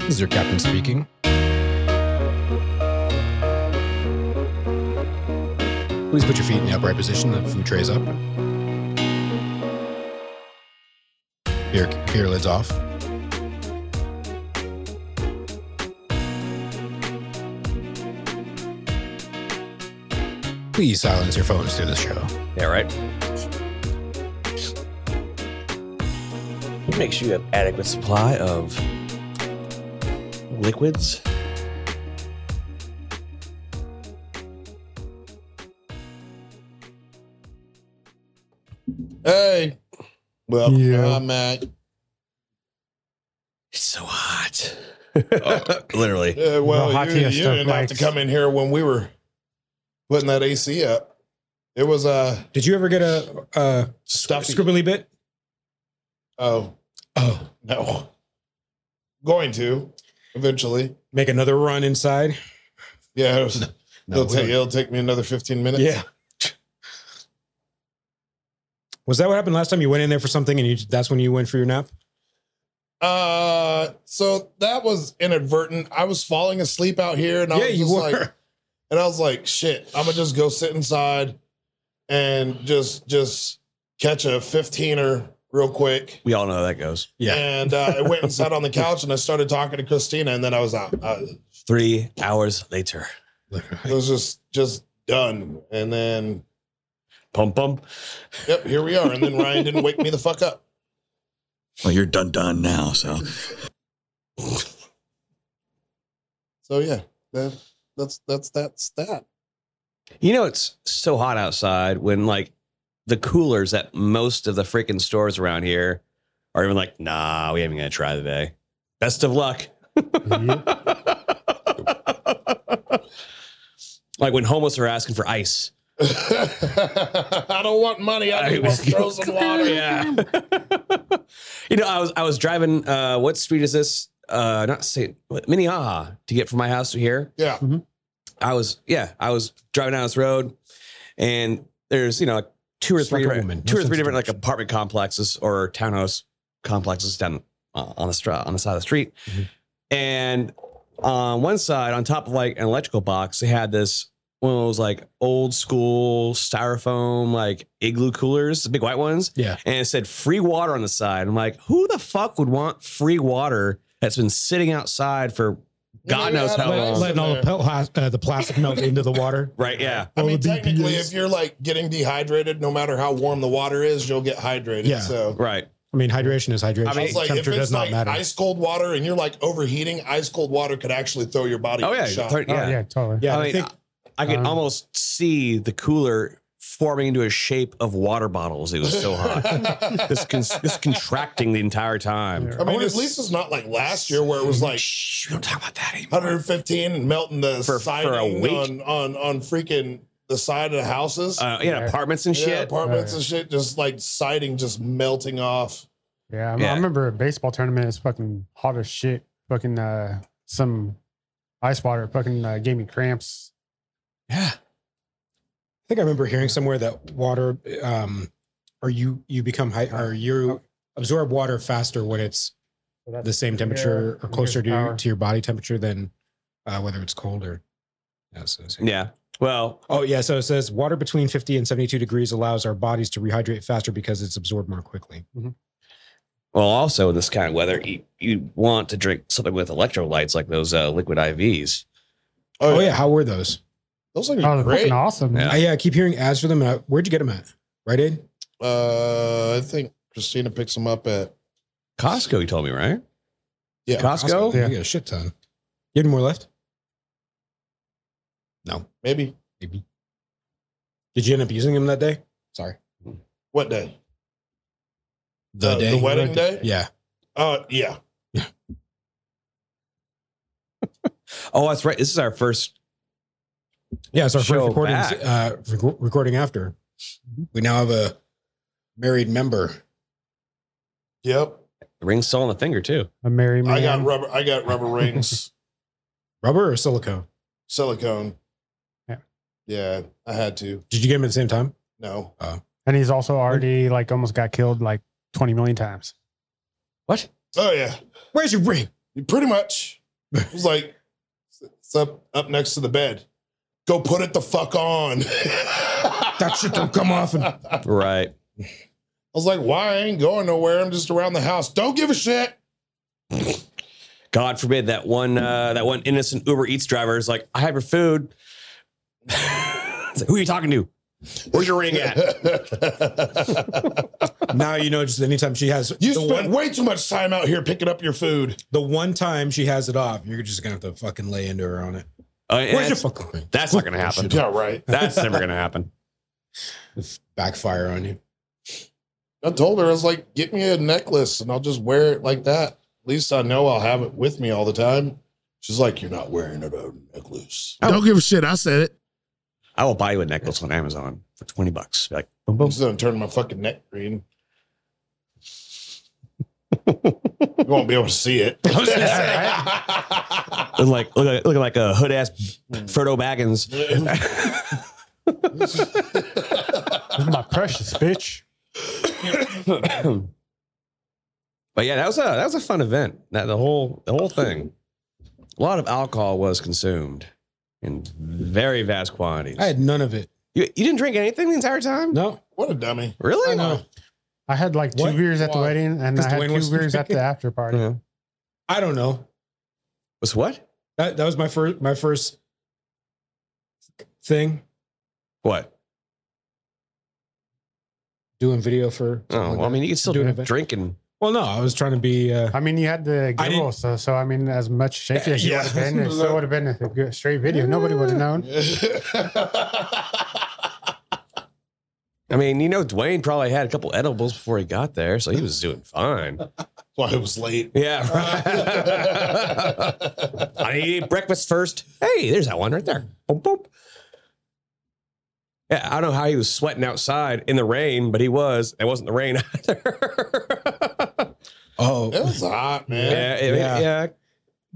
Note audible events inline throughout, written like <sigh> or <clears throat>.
This is your captain speaking. Please put your feet in the upright position. The food tray's up. Beer, beer lids off. Please silence your phones through the show. Yeah, right. Make sure you have adequate supply of liquids. Hey. Well, Yeah. I'm Matt. It's so hot. <laughs> Literally. Uh, well, The hot you, tea you stuff didn't have to mics. come in here when we were putting that AC up. It was uh, Did you ever get a, a stuffy. scribbly bit? oh, oh no, going to eventually. Make another run inside? Yeah, it was, No, it'll, we take, don't- it'll take me another 15 minutes. Yeah. <laughs> Was that what happened last time you went in there for something and you that's when you went for your nap? Uh, so that was inadvertent. I was falling asleep out here, and I yeah, was you just were. like, and I was like, shit, I'm gonna just go sit inside and just just catch a 15er real quick. We all know how that goes. yeah. And uh, I went and sat on the couch, and I started talking to Christina, and then I was out. I, Three hours later. it was just just done, and then Pum pum. yep, here we are. And then Ryan didn't wake me the fuck up. Well, you're done done now, so So yeah, that, that's that's that's that. <laughs> You know, it's so hot outside when like the coolers at most of the freaking stores around here are even like, nah, we ain't even gonna try today. Best of luck. <laughs> like when homeless are asking for ice. I don't want money. I just want to throw some water. Yeah. <laughs> you know, I was I was driving. Uh, what street is this? Uh, not Saint what, Minnehaha to get from my house to here. Yeah. Mm-hmm. I was yeah, I was driving down this road, and there's you know like two or It's three like a different- woman. No two or sense three of different like direction. apartment complexes or townhouse complexes down uh, on the stra- on the side of the street, Mhm. and on one side, on top of like an electrical box, they had this one of those like old school styrofoam like igloo coolers, the big white ones, Yeah. and it said free water on the side. I'm like, who the fuck would want free water that's been sitting outside for God knows how Let- long? let- Letting all the, pel- uh, the plastic <laughs> melt into the water. right? Yeah. I All mean, the technically, BPAs. if you're like getting dehydrated, no matter how warm the water is, you'll get hydrated. Yeah. So Right. I mean, hydration is hydration. I mean, I was like, if Temperature it's does not like matter. ice cold water and you're like overheating, ice cold water could actually throw your body. Oh in yeah. shock. thirty- Oh, yeah. yeah, totally. yeah, I I, mean, uh, think I could Um, almost see the cooler forming into a shape of water bottles. It <laughs> was so hot. this con- this contracting the entire time. I mean, at least it's not like last year where it mm-hmm. was like Shh, we don't talk about that anymore. 115 and melting the For- for a siding week? on on on freaking the side of the houses. Uh, yeah, apartments and Yeah, shit. apartments Oh, yeah. and shit, just like siding just melting off. Yeah, I, Yeah. I remember a baseball tournament. It was fucking hot as shit. Fucking uh, some ice water fucking uh, gave me cramps. yeah. I think I remember hearing somewhere that water, um, or you you become high, or you absorb water faster when it's So that's the same temperature or closer to to your body temperature than uh, whether it's cold or. Yeah, so it's- Yeah. Well, Oh yeah, so it says water between 50 and 72 degrees allows our bodies to rehydrate faster because it's absorbed more quickly. well, also in this kind of weather, you, you want to drink something with electrolytes like those uh, liquid IVs. Oh yeah, how were those? Those things Oh, are they're great. fucking awesome. Yeah. Yeah, I, yeah, I keep hearing ads for them. And I, where'd you get them at? Right Aid? Uh, I think Christina picks them up at Costco, you told me, right? Oh. Yeah. Costco. You got a shit ton. You had more left? No, maybe maybe. Did you end up using them that day? Sorry. what day? the, Uh, day the wedding day? Yeah, Uh, yeah. Oh, that's right. This is our first. yeah. It's our Show first recording. back. Uh, rec- recording after. We now have a married member. Yep. The ring's still on the finger too. A merry man. I got rubber. I got <laughs> rubber rings, Rubber or silicone? silicone. Yeah. Yeah, I had to. Did you get them at the same time? No. and he's also already like almost got killed like 20 million times. What? Oh yeah. Where's your ring? Pretty much. It was like, it's up, up next to the bed. Go put it the fuck on. <laughs> That shit don't come off. And Right. I was like, why? I ain't going nowhere. I'm just around the house. Don't give a shit. God forbid that one uh, that one innocent Uber Eats driver is like, I have your food. <laughs> It's like, Who are you talking to? Where's your <laughs> ring at? <laughs> now you know, just anytime she has you the, spent one, way too much time out here picking up your food. the one time she has it off, you're just gonna have to fucking lay into her on it. Uh, and Where's your that's, fucking ring? that's not <laughs> gonna happen. <laughs> Yeah, right. That's never gonna happen. backfire on you? I told her, I was like, get me a necklace and I'll just wear it like that. At least I know I'll have it with me all the time. She's like, you're not wearing a necklace. Oh. Don't give a shit. I said it. I will buy you a necklace on Amazon for 20 bucks. Like, I'm just gonna turn my fucking neck green. you won't be able to see it. <laughs> look like look like, look like a hood ass Frodo <laughs> Baggins. This is my precious bitch. but yeah, that was a that was a fun event. That the whole the whole thing. A lot of alcohol was consumed in very vast quantities. I had none of it. you, you didn't drink anything the entire time? No, <laughs> what a dummy. <laughs> Really? I know. I had like two What? beers at the Why? wedding and 'Cause I had Dwayne two wasn't beers at the after party. Yeah. I don't know. Was what? That that was my first my first thing What? doing video for. Oh, well, I mean, you can still Do an drink event. drinking. well, no, I was trying to be. Uh, I mean, you had the I didn't- gimbal, so, so I mean, as much shaky as you Yeah. would have <laughs> been, it still would have been a good straight video. Nobody would have known. I mean, you know, Dwayne probably had a couple edibles before he got there, so he was doing fine. Why it was late. <laughs> <laughs> Yeah. right. <laughs> I eat breakfast first. Hey, there's that one right there. Boom, boom. Yeah, I don't know how he was sweating outside in the rain, but he was. It wasn't the rain <laughs> either. <laughs> oh, It was hot, yeah, man. it- Yeah. yeah.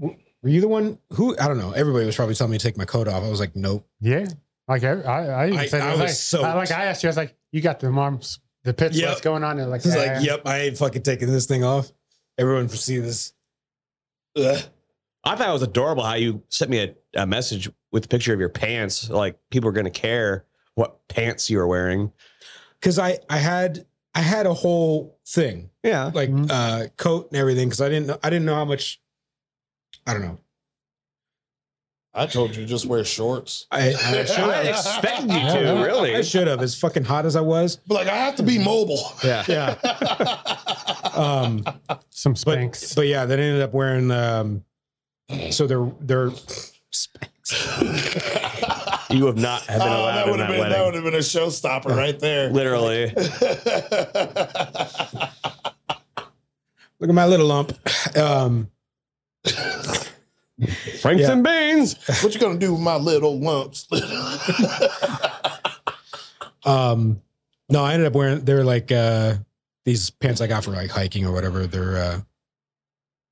were you the one who? I don't know. Everybody was probably telling me to take my coat off. I was like, nope. Yeah. Like I, I, I even I- said, it I was was like, soaked. I- like I asked you, I was like, you got the arms, the pits, Yep. what's going on? And like, He's eh. like, yep, I ain't fucking taking this thing off. Everyone can see this. Ugh. I thought it was adorable how you sent me a, a message with a picture of your pants. Like people are going to care what pants you are wearing. Because I I had I had a whole thing Yeah. like Mhm. uh coat and everything because I didn't know I didn't know how much. I don't know. I told you just wear shorts. I, I <laughs> should I have. expected you to, really. I should have. As fucking hot as I was. But like I have to be mobile. <laughs> Yeah. <laughs> Yeah. Um. some But spanks. but yeah, that ended up wearing. um So they're they're. You have not have been Oh, allowed that in that would have been wedding. that would have been a showstopper right there. Literally. Look at my little lump. Um. Franks Yeah. and beans. <laughs> what you gonna do with my little lumps? <laughs> Um, no, I ended up wearing they're like uh these pants I got for like hiking or whatever. They're uh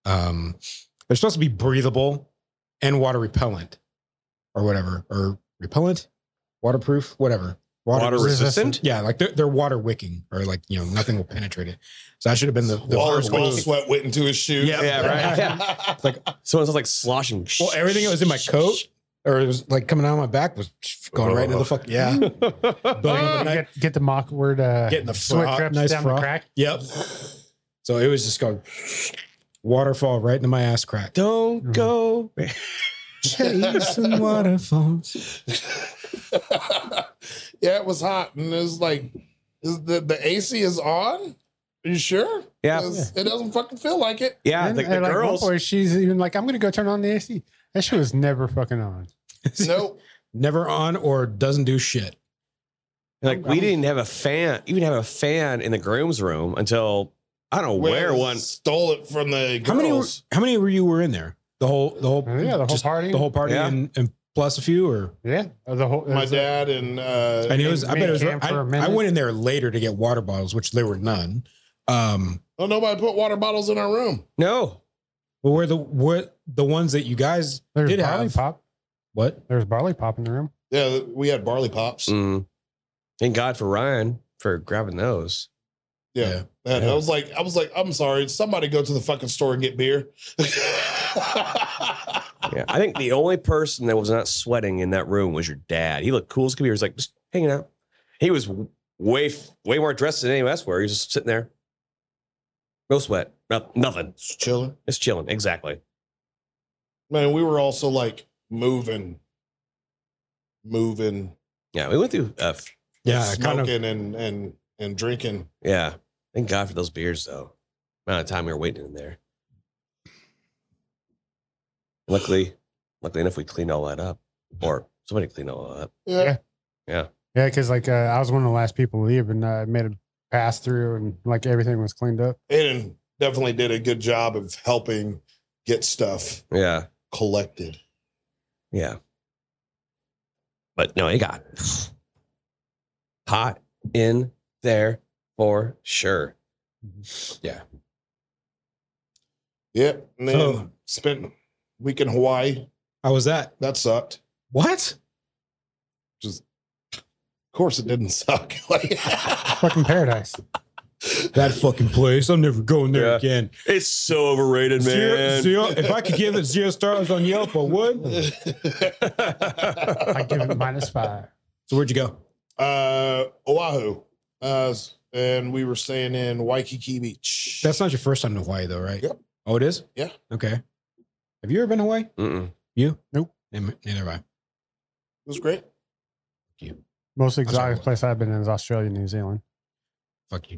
um they're supposed to be breathable and water repellent or whatever or repellent, waterproof, whatever. Water resistant? resistant. yeah, like they're they're water wicking or like you know nothing will penetrate it. So I should have been the, the All first all one. sweat went into his shoe. Yeah, yeah, right. Yeah. Like So it was like sloshing. well, everything that was in my coat or it was like coming out of my back was going right into the fuck yeah. <laughs> But, Like, get, get the mock word, uh, Getting the sweat froth- drips nice down froth. the crack. Yep. So it was just going waterfall right into my ass <laughs> crack. Don't go. <laughs> Chasing waterfalls. <laughs> yeah, it was hot, and it was like, is the the AC is on? Are you sure? Yeah. 'Cause It doesn't fucking feel like it. Yeah. and, The, the and, like, one girls. boy, she's even like, I'm gonna go turn on the AC. That shit was never fucking on. Nope. Never on or doesn't do shit. Like we didn't have a fan, even have a fan in the groom's room until I don't know where Well, one. stole it from the How many? Were, girls. how many were you were in there? The whole. The whole. Yeah, the whole just party. The whole party Yeah. and, and plus a few or. Yeah, uh, the whole. it My was a- dad and uh, And it was. I bet it was. Made camp I, for a I minute. went in there later to get water bottles, which there were none. Um, oh, nobody put water bottles in our room. No. but where the what the ones that you guys There's did barley have? pop. What? There's barley pop in the room. Yeah, we had barley pops. Mm. Thank God for Ryan for grabbing those. Yeah. <laughs> And I was like, I was like, I'm sorry. Somebody go to the fucking store and get beer. Yeah, I think the only person that was not sweating in that room was your dad. He looked cool as could be. He was like just hanging out. He was w- way f- way more dressed than any of us were. He was just sitting there, no sweat, no, nothing, It's chilling. just chilling. Exactly. Man, we were also like moving, moving, Yeah, we went through. Uh, f- Yeah, smoking kind of. and and and drinking. yeah, thank God for those beers though. Amount of time we were waiting in there. Luckily, luckily enough, we cleaned all that up, or somebody cleaned all that up. Yeah. Yeah. Yeah, because like uh, I was one of the last people to leave, and uh, I made a pass through, and like everything was cleaned up. Aiden definitely did a good job of helping get stuff Yeah. collected. Yeah. But no, it got <sighs> hot in there for sure. Yep. And then So- spent a week in Hawaii. How was that? That sucked. What? Of course it didn't suck. <laughs> Like- Fucking paradise. That fucking place. I'm never going there Yeah. again. It's so <laughs> overrated, Zero, zero. If I could give it zero stars on Yelp, I would. I give it minus five. So where'd you go? <laughs> uh, Oahu. Uh, and we were staying in Waikiki Beach. That's not your first time to Hawaii, though, right? Yep. Oh, it is. Yeah. Okay. Have you ever been to Hawaii? Mm-mm. You? Nope. Never neither have I. it was great. Most sorry, exotic what? place I've been in is Australia, New Zealand. Fuck you.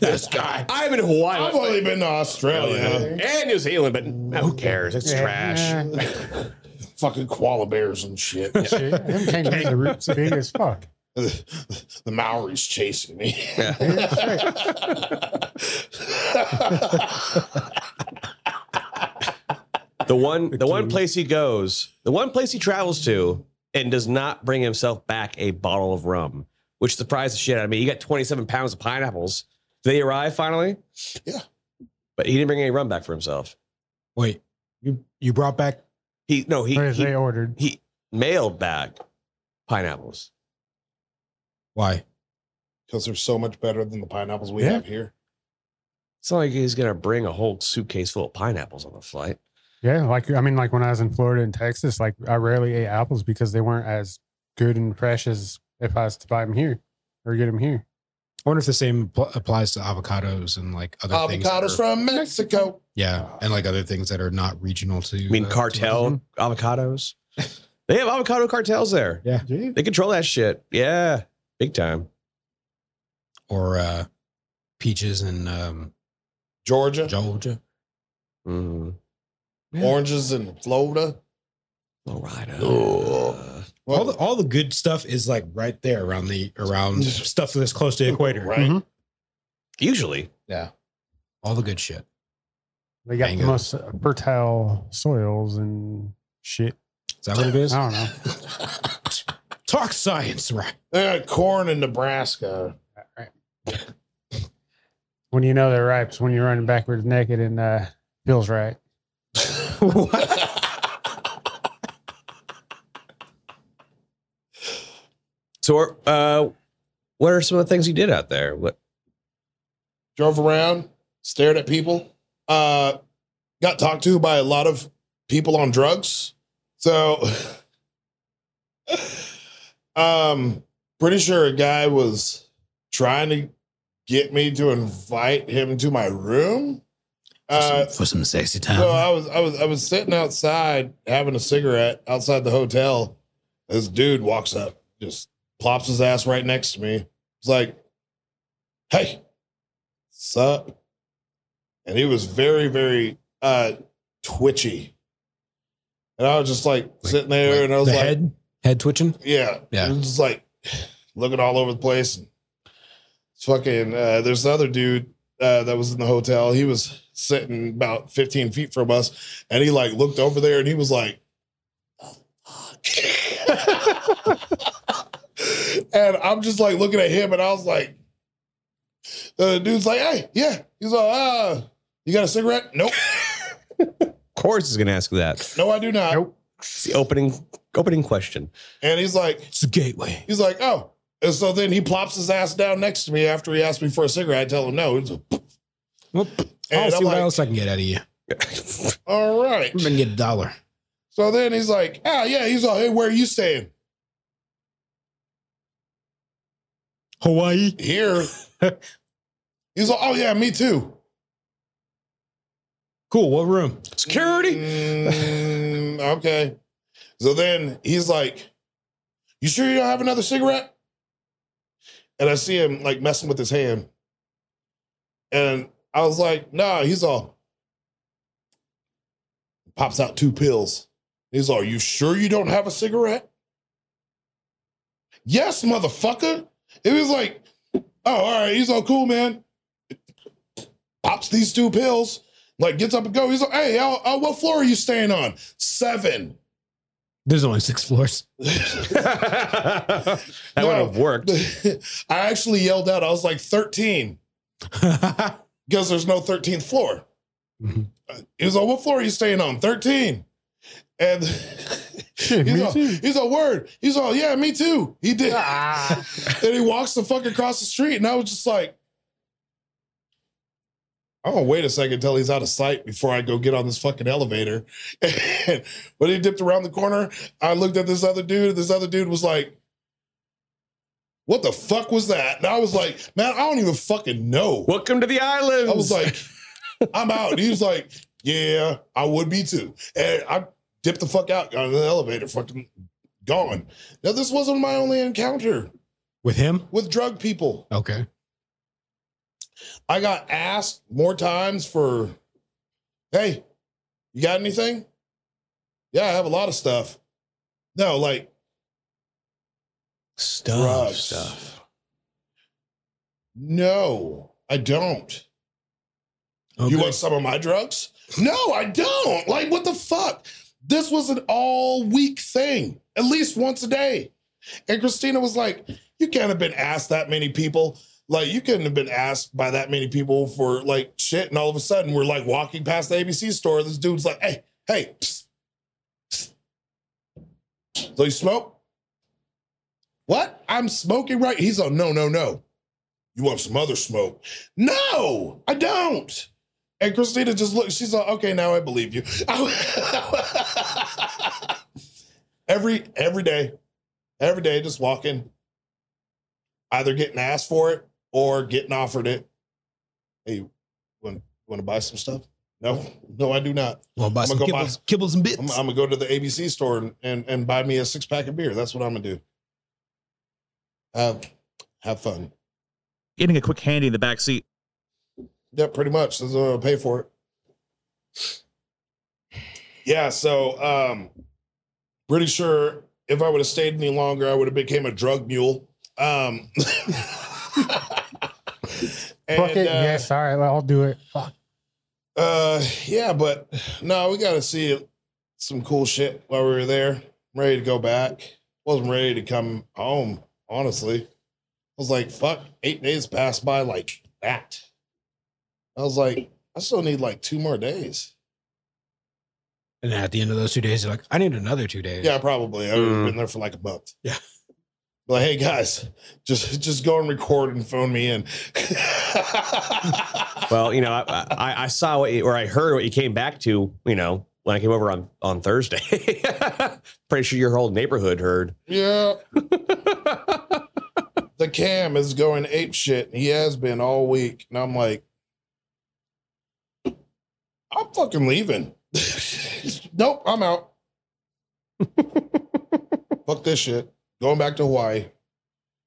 this guy. I'm in Hawaii <laughs> I've only been to Australia. and New Zealand, but who cares? It's Yeah, trash. yeah. <laughs> Fucking koala bears and shit. Shit, them kangaroos are roots big as fuck. <laughs> the, the Maori's chasing me. <laughs> Yeah. <laughs> The one, the one place he goes, the one place he travels to, and does not bring himself back a bottle of rum, which surprised the shit out of me. He got 27 pounds of pineapples. Did they arrive finally? Yeah. but he didn't bring any rum back for himself. Wait. You you brought back He no, he, Or he they ordered. he mailed back pineapples. why? Because they're so much better than the pineapples we Yeah. have here. It's not like he's gonna bring a whole suitcase full of pineapples on the flight. Yeah, like I mean, like when I was in Florida and Texas, like I rarely ate apples because they weren't as good and fresh as if I was to buy them here or get them here. I wonder if the same pl- applies to avocados and like other things. that Avocados are- from Mexico. yeah, and like other things that are not regional to. I mean, uh, cartel <laughs> avocados. They have avocado cartels there. Yeah. They control that shit. Yeah, big time. or uh, peaches and um, Georgia. Georgia. Mhm. Oranges in Florida. All right. Oh. all the all the good stuff is like right there around the around stuff that's close to the equator. Mm-hmm. Right. Mhm. usually, All the good shit. They got Mango. the most uh, fertile soils and shit. Is that what it I is? don't know. Talk science, right? They got corn in Nebraska. <laughs> When you know they're ripe, it's when you're running backwards naked and uh, feels right. so uh, what are some of the things you did out there? What? <laughs> Drove around, stared at people. Uh, got talked to by a lot of people on drugs. So, <laughs> um, pretty sure a guy was trying to get me to invite him to my room. Uh, for some sexy time. So I was I was I was sitting outside having a cigarette outside the hotel. This dude walks up, just plops his ass right next to me. He's like, "Hey, sup?" And he was very very uh twitchy. And I was just like sitting there, and I was the like, head head twitching. yeah. Yeah. It was just like looking all over the place. And it's fucking, uh, there's another dude uh, that was in the hotel. He was sitting about 15 feet from us and he like looked over there and he was like, "The fuck?" <laughs> and I'm just like looking at him and I was like, the dude's like, hey, yeah. He's like, uh, you got a cigarette? Nope. Of course, is going to ask you that. No, I do not. Nope. It's the opening opening question. <laughs> And he's like, It's a gateway. He's like, oh. And so then he plops his ass down next to me after he asked me for a cigarette. I tell him no. He's like, Well, And I'll see I'm what like- else I can get out of you. All right. I'm gonna get a dollar. So then he's like, ah, yeah. He's all, hey, where are you staying? Hawaii. <laughs> Here. he's like, oh, yeah, me too. Cool. What room? Security. <laughs> Mm, okay. So then he's like, You sure you don't have another cigarette? And I see him like messing with his hand. And I was like, Nah, he's all pops out two pills. He's all, You sure you don't have a cigarette? Yes, motherfucker. It was like, Oh, all right. He's all cool, man. Pops these two pills like gets up and go. He's like, "Hey, Al, Al, what floor are you staying on? Seven. <laughs> There's only six floors. <laughs> that No. would have worked. I actually yelled out. I was like, thirteen, because there's no thirteenth floor. Mm-hmm. Mhm. He was like, "What floor are you staying on? 13. And Shit, <laughs> he's me all, too. Ah. he's all word. He's all, yeah, me too. He did. and he walks the fuck across the street, and I was just like. I'm gonna wait a second until he's out of sight before I go get on this fucking elevator. <laughs> And when he dipped around the corner, I looked at this other dude, and this other dude was like, What the fuck was that? And I was like, Man, I don't even fucking know. Welcome to the island. I was like, I'm out. And he was like, Yeah, I would be too. And I dipped the fuck out, got in the elevator, fucking gone. Now, this wasn't my only encounter With him? with drug people. Okay. I got asked more times for, hey, you got anything? Yeah, I have a lot of stuff. No, like stuff, drugs. stuff. No, I don't. okay. You want some of my drugs? No, I don't. Like, what the fuck? This was an all week thing, at least once a day. And Christina was like, You can't have been asked that many people. Like, you couldn't have been asked by that many people for like shit. And all of a sudden, we're like walking past the ABC store. This dude's like, Hey, hey, psst, psst. so you smoke? What? I'm smoking right. He's like, No, no, no. You want some other smoke? No, I don't. And Christina just looked, she's like, okay, now I believe you. <laughs> every every day, every day just walking, either getting asked for it or getting offered it. Hey, want want to buy some stuff? No, no, I do not. Well, buy I'ma some go kibbles, kibbles and bits. I'm, I'm gonna go to the ABC store and, and, and buy me a six pack of beer. That's what I'm gonna do. Have have fun. Getting a quick handy in the back seat. Yeah, pretty much. That's what I'll pay for it. Yeah, so um pretty sure if I would have stayed any longer, I would have became a drug mule. Um <laughs> and, Fuck it. uh, yes, all right, well, I'll do it. Fuck. uh yeah, but no, we gotta see some cool shit while we were there. I'm ready to go back. Wasn't ready to come home, honestly. I was like, fuck, eight days passed by like that. I was like, I still need like two more days. and then at the end of those two days, you're like, I need another two days. Yeah, probably. I've Mm. been there for like a month. Yeah. Like, hey guys, just just go and record and phone me in. Well, you know, I, I, I saw what you, or I heard what you came back to, you know, when I came over on, on Thursday. <laughs> Pretty sure your whole neighborhood heard. <laughs> yeah. the cam is going ape shit. He has been all week, and I'm like, I'm fucking leaving. <laughs> nope, <laughs> I'm out. Fuck this shit. Going back to Hawaii.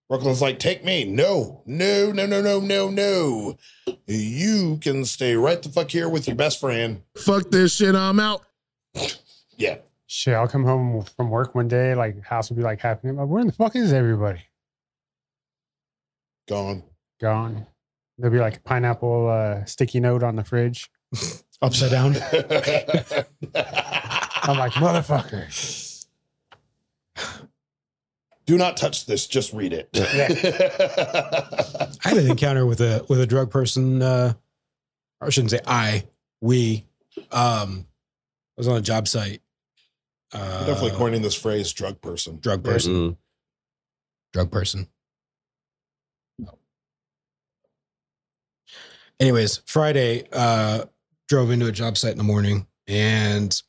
Brooklyn's like, take me. No, no, no, no, no, no, no. You can stay right the fuck here with your best friend. Fuck this shit, I'm out. <laughs> Yeah. Shit, I'll come home from work one day, like house will be like happening. Like, where in the fuck is everybody? Gone. Gone. There'll be like a pineapple uh, sticky note on the fridge. Upside down. <laughs> I'm like, motherfucker. <laughs> Do not touch this. Just read it. I had an encounter with a with a drug person. Uh, or I shouldn't say I. We. Um, I was on a job site. Uh, I'm <laughs> definitely coining this phrase, drug person. <laughs> drug person. Mm. drug person. Anyways, Friday, uh, drove into a job site in the morning and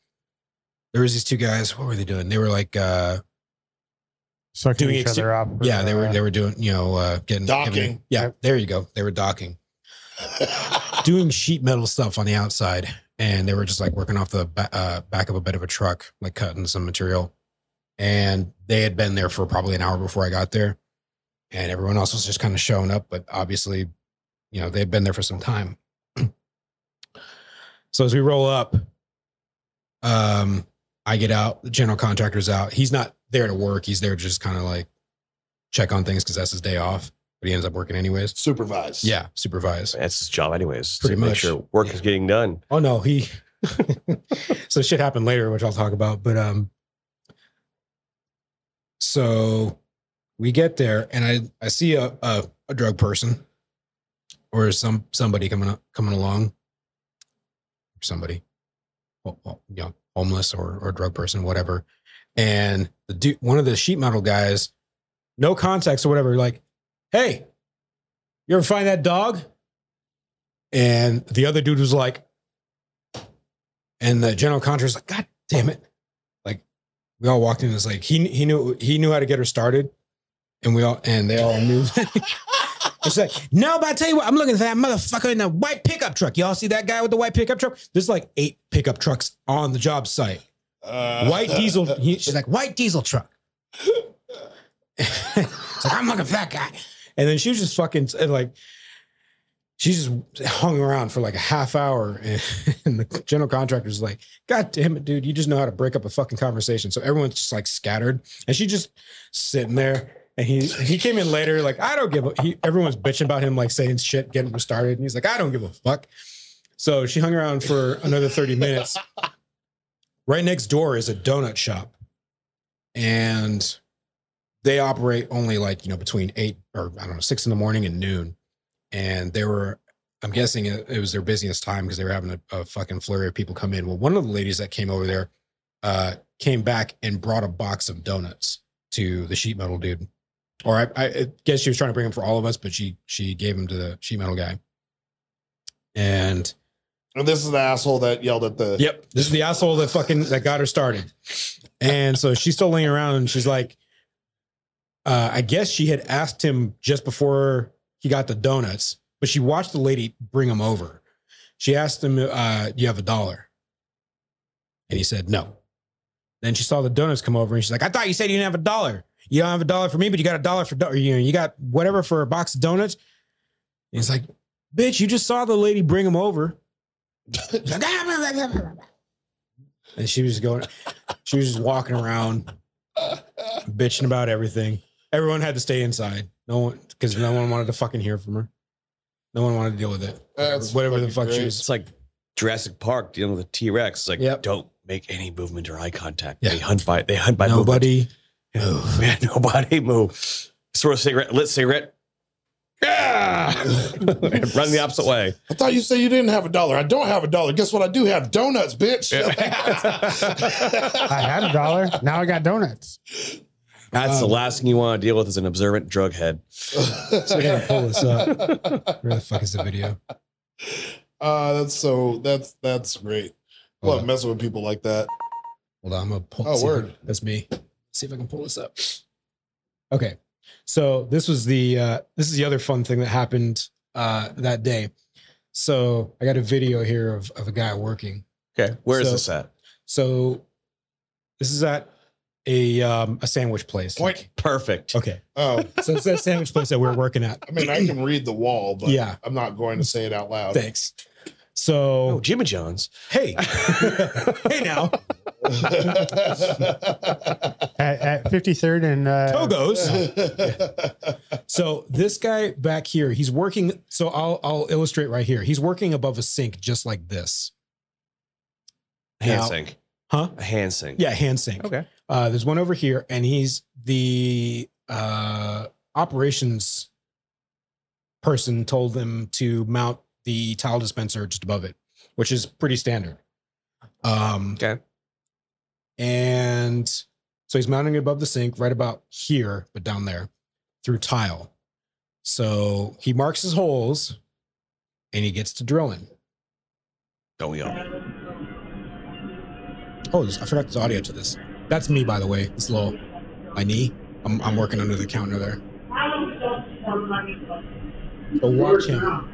there was these two guys. What were they doing? They were like, uh, Sucking Doing each exter- other up. for, yeah, they were uh, they were doing you know uh, getting Docking. giving- yeah, there you go. They were docking, doing sheet metal stuff on the outside, and they were just like working off the ba- uh, back of a bed of a truck, like cutting some material. And they had been there for probably an hour before I got there, and everyone else was just kind of showing up. But obviously, you know, they'd been there for some time. <clears throat> so as we roll up, um, I get out. The general contractor's out. He's not there to work. He's there to just kind of like check on things because that's his day off, but he ends up working anyways. Supervised. Yeah, supervise. That's his job, anyways. Pretty to make much. sure work is getting done. Oh no, he. <laughs> so shit happened later, which I'll talk about. But um, so we get there, and I I see a a, a drug person, or some somebody coming up coming along, somebody, well, well, you know, homeless or or drug person, whatever. And the dude, one of the sheet metal guys, no contacts or whatever, like, hey, you ever find that dog? And the other dude was like, and the general contractor's like, God damn it. Like we all walked in, it's like he he knew he knew how to get her started. And we all and they all knew. <laughs> it's like, no, but I tell you what, I'm looking for that motherfucker in the white pickup truck. Y'all see that guy with the white pickup truck? There's like eight pickup trucks on the job site. Uh, <laughs> White diesel. He, she's like, white diesel truck. It's like, I'm looking for that guy. And then she was just fucking and like, she just hung around for like a half hour. <laughs> And, and the general contractor's like, God damn it, dude, you just know how to break up a fucking conversation. So everyone's just like scattered. And she just sitting there. And he he came in later, like, I don't give a he, everyone's bitching about him, like saying shit, getting him started. And he's like, I don't give a fuck. So she hung around for another 30 minutes. Right next door is a donut shop. And they operate only like, you know, between eight or I don't know, six in the morning and noon. And they were, I'm guessing it, it was their busiest time because they were having a, a fucking flurry of people come in. Well, one of the ladies that came over there uh, came back and brought a box of donuts to the sheet metal dude. Or I, I guess she was trying to bring them for all of us, but she she gave them to the sheet metal guy. And And this is the asshole that yelled at the. Yep. This is the asshole that fucking that got her started. And so she's still laying around and she's like, uh, I guess she had asked him just before he got the donuts, but she watched the lady bring him over. She asked him, uh, do you have a dollar? And he said, no. Then she saw the donuts come over and she's like, I thought you said you didn't have a dollar. You don't have a dollar for me, but you got a dollar for, do- or, you know, you got whatever for a box of donuts. And he's like, bitch, you just saw the lady bring him over. And she was going, she was just walking around, bitching about everything. Everyone had to stay inside. No one, because no one wanted to fucking hear from her. No one wanted to deal with it. That's Whatever the fucking fuck she great. was. It's like Jurassic Park dealing with a T Rex. It's like, Yep. don't make any movement or eye contact. Yeah. They hunt by they hunt by movement. Nobody. <laughs> Oh, man, nobody move. Throw a cigarette, lit cigarette. <laughs> Yeah! <laughs> And <laughs> Run the opposite way. I thought you said you didn't have a dollar. I don't have a dollar. Guess what? I do have donuts, bitch. <laughs> <laughs> I had a dollar. Now I got donuts. That's the Um, last thing you want to deal with as an observant drug head. So we gotta pull this up. Where the fuck is the video? Uh, that's so. That's that's great. I Hold Love on, messing with people like that. hold on I'm gonna pull. Oh, see if I- word. that's me. See if I can pull this up. Okay, so this was the uh, this is the other fun thing that happened uh, that day. So I got a video here of of a guy working. Okay. where is So- this at? So this is at a um, a sandwich place. Point. Perfect. Okay. Oh, So it's that sandwich place that we're working at. I mean, I can read the wall, but Yeah. I'm not going to say it out loud. <laughs> Thanks. So Oh, Jimmy John's. hey. <laughs> hey now. At, at 53rd and uh, Togos. So this guy back here, he's working. So I'll I'll illustrate right here. He's working above a sink just like this. Hand Now- sink. Huh? A hand sink. Yeah, hand sink. Okay. Uh, there's one over here, and he's the uh, operations person told them to mount the towel dispenser just above it, which is pretty standard. Um, Okay. And so he's mounting it above the sink, right about here, but down there through tile. So he marks his holes and he gets to drilling. Don't we all? Oh, there's- I forgot there's audio to this. That's me, by the way. This little, my knee. I'm, I'm working under the counter there. So watch him.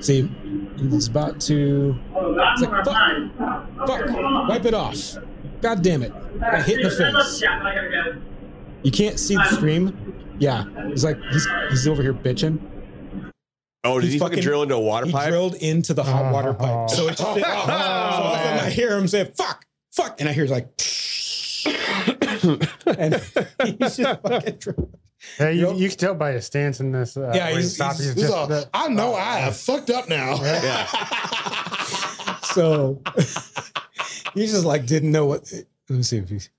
See, he's about to. It's like, fuck, fuck, wipe it off. God damn it. I hit in the face. You can't see the stream? Yeah. He's like, he's, he's over here bitching. Oh, did He he, fucking fucking- drill into a water He pipe? drilled into the hot water pipe. So it's <laughs> Oh, so all of a sudden I man. hear him say, fuck, fuck. And I hear <laughs> he's like, and he's just fucking drilling. Yeah, you, Yep. you can tell by his stance in this. Uh, Yeah, where he he's- stopped, he's- he's This is just- all- the- I know I have fucked up now. <laughs> So he just like didn't know what. Let me see if he's.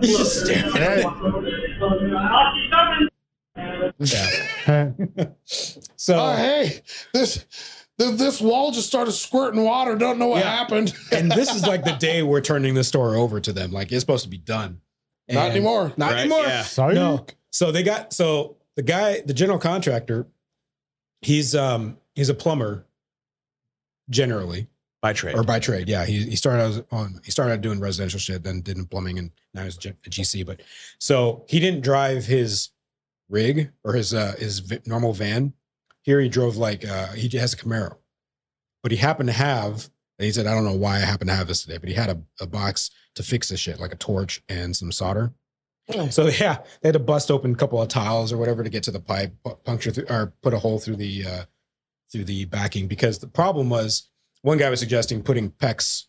He's just staring. <laughs> uh, So Oh, hey, this th- this wall just started squirting water. Don't know what Yeah. happened. and this is like the <laughs> day we're turning the store over to them. Like it's supposed to be done. Not And- anymore. Not Right, anymore. yeah. psych. No. So they got so the guy, the general contractor, he's um he's a plumber generally By trade. or by trade. Yeah, he he started out on he started out doing residential shit, then did plumbing, and now he's G- a GC. But so he didn't drive his rig or his uh his v- normal van. Here he drove like uh he has a Camaro, but he happened to have. And he said, I don't know why I happened to have this today, but he had a, a box to fix this shit, like a torch and some solder. So yeah, they had to bust open a couple of tiles or whatever to get to the pipe, pu- puncture through, or put a hole through the uh, through the backing because the problem was one guy was suggesting putting PEX.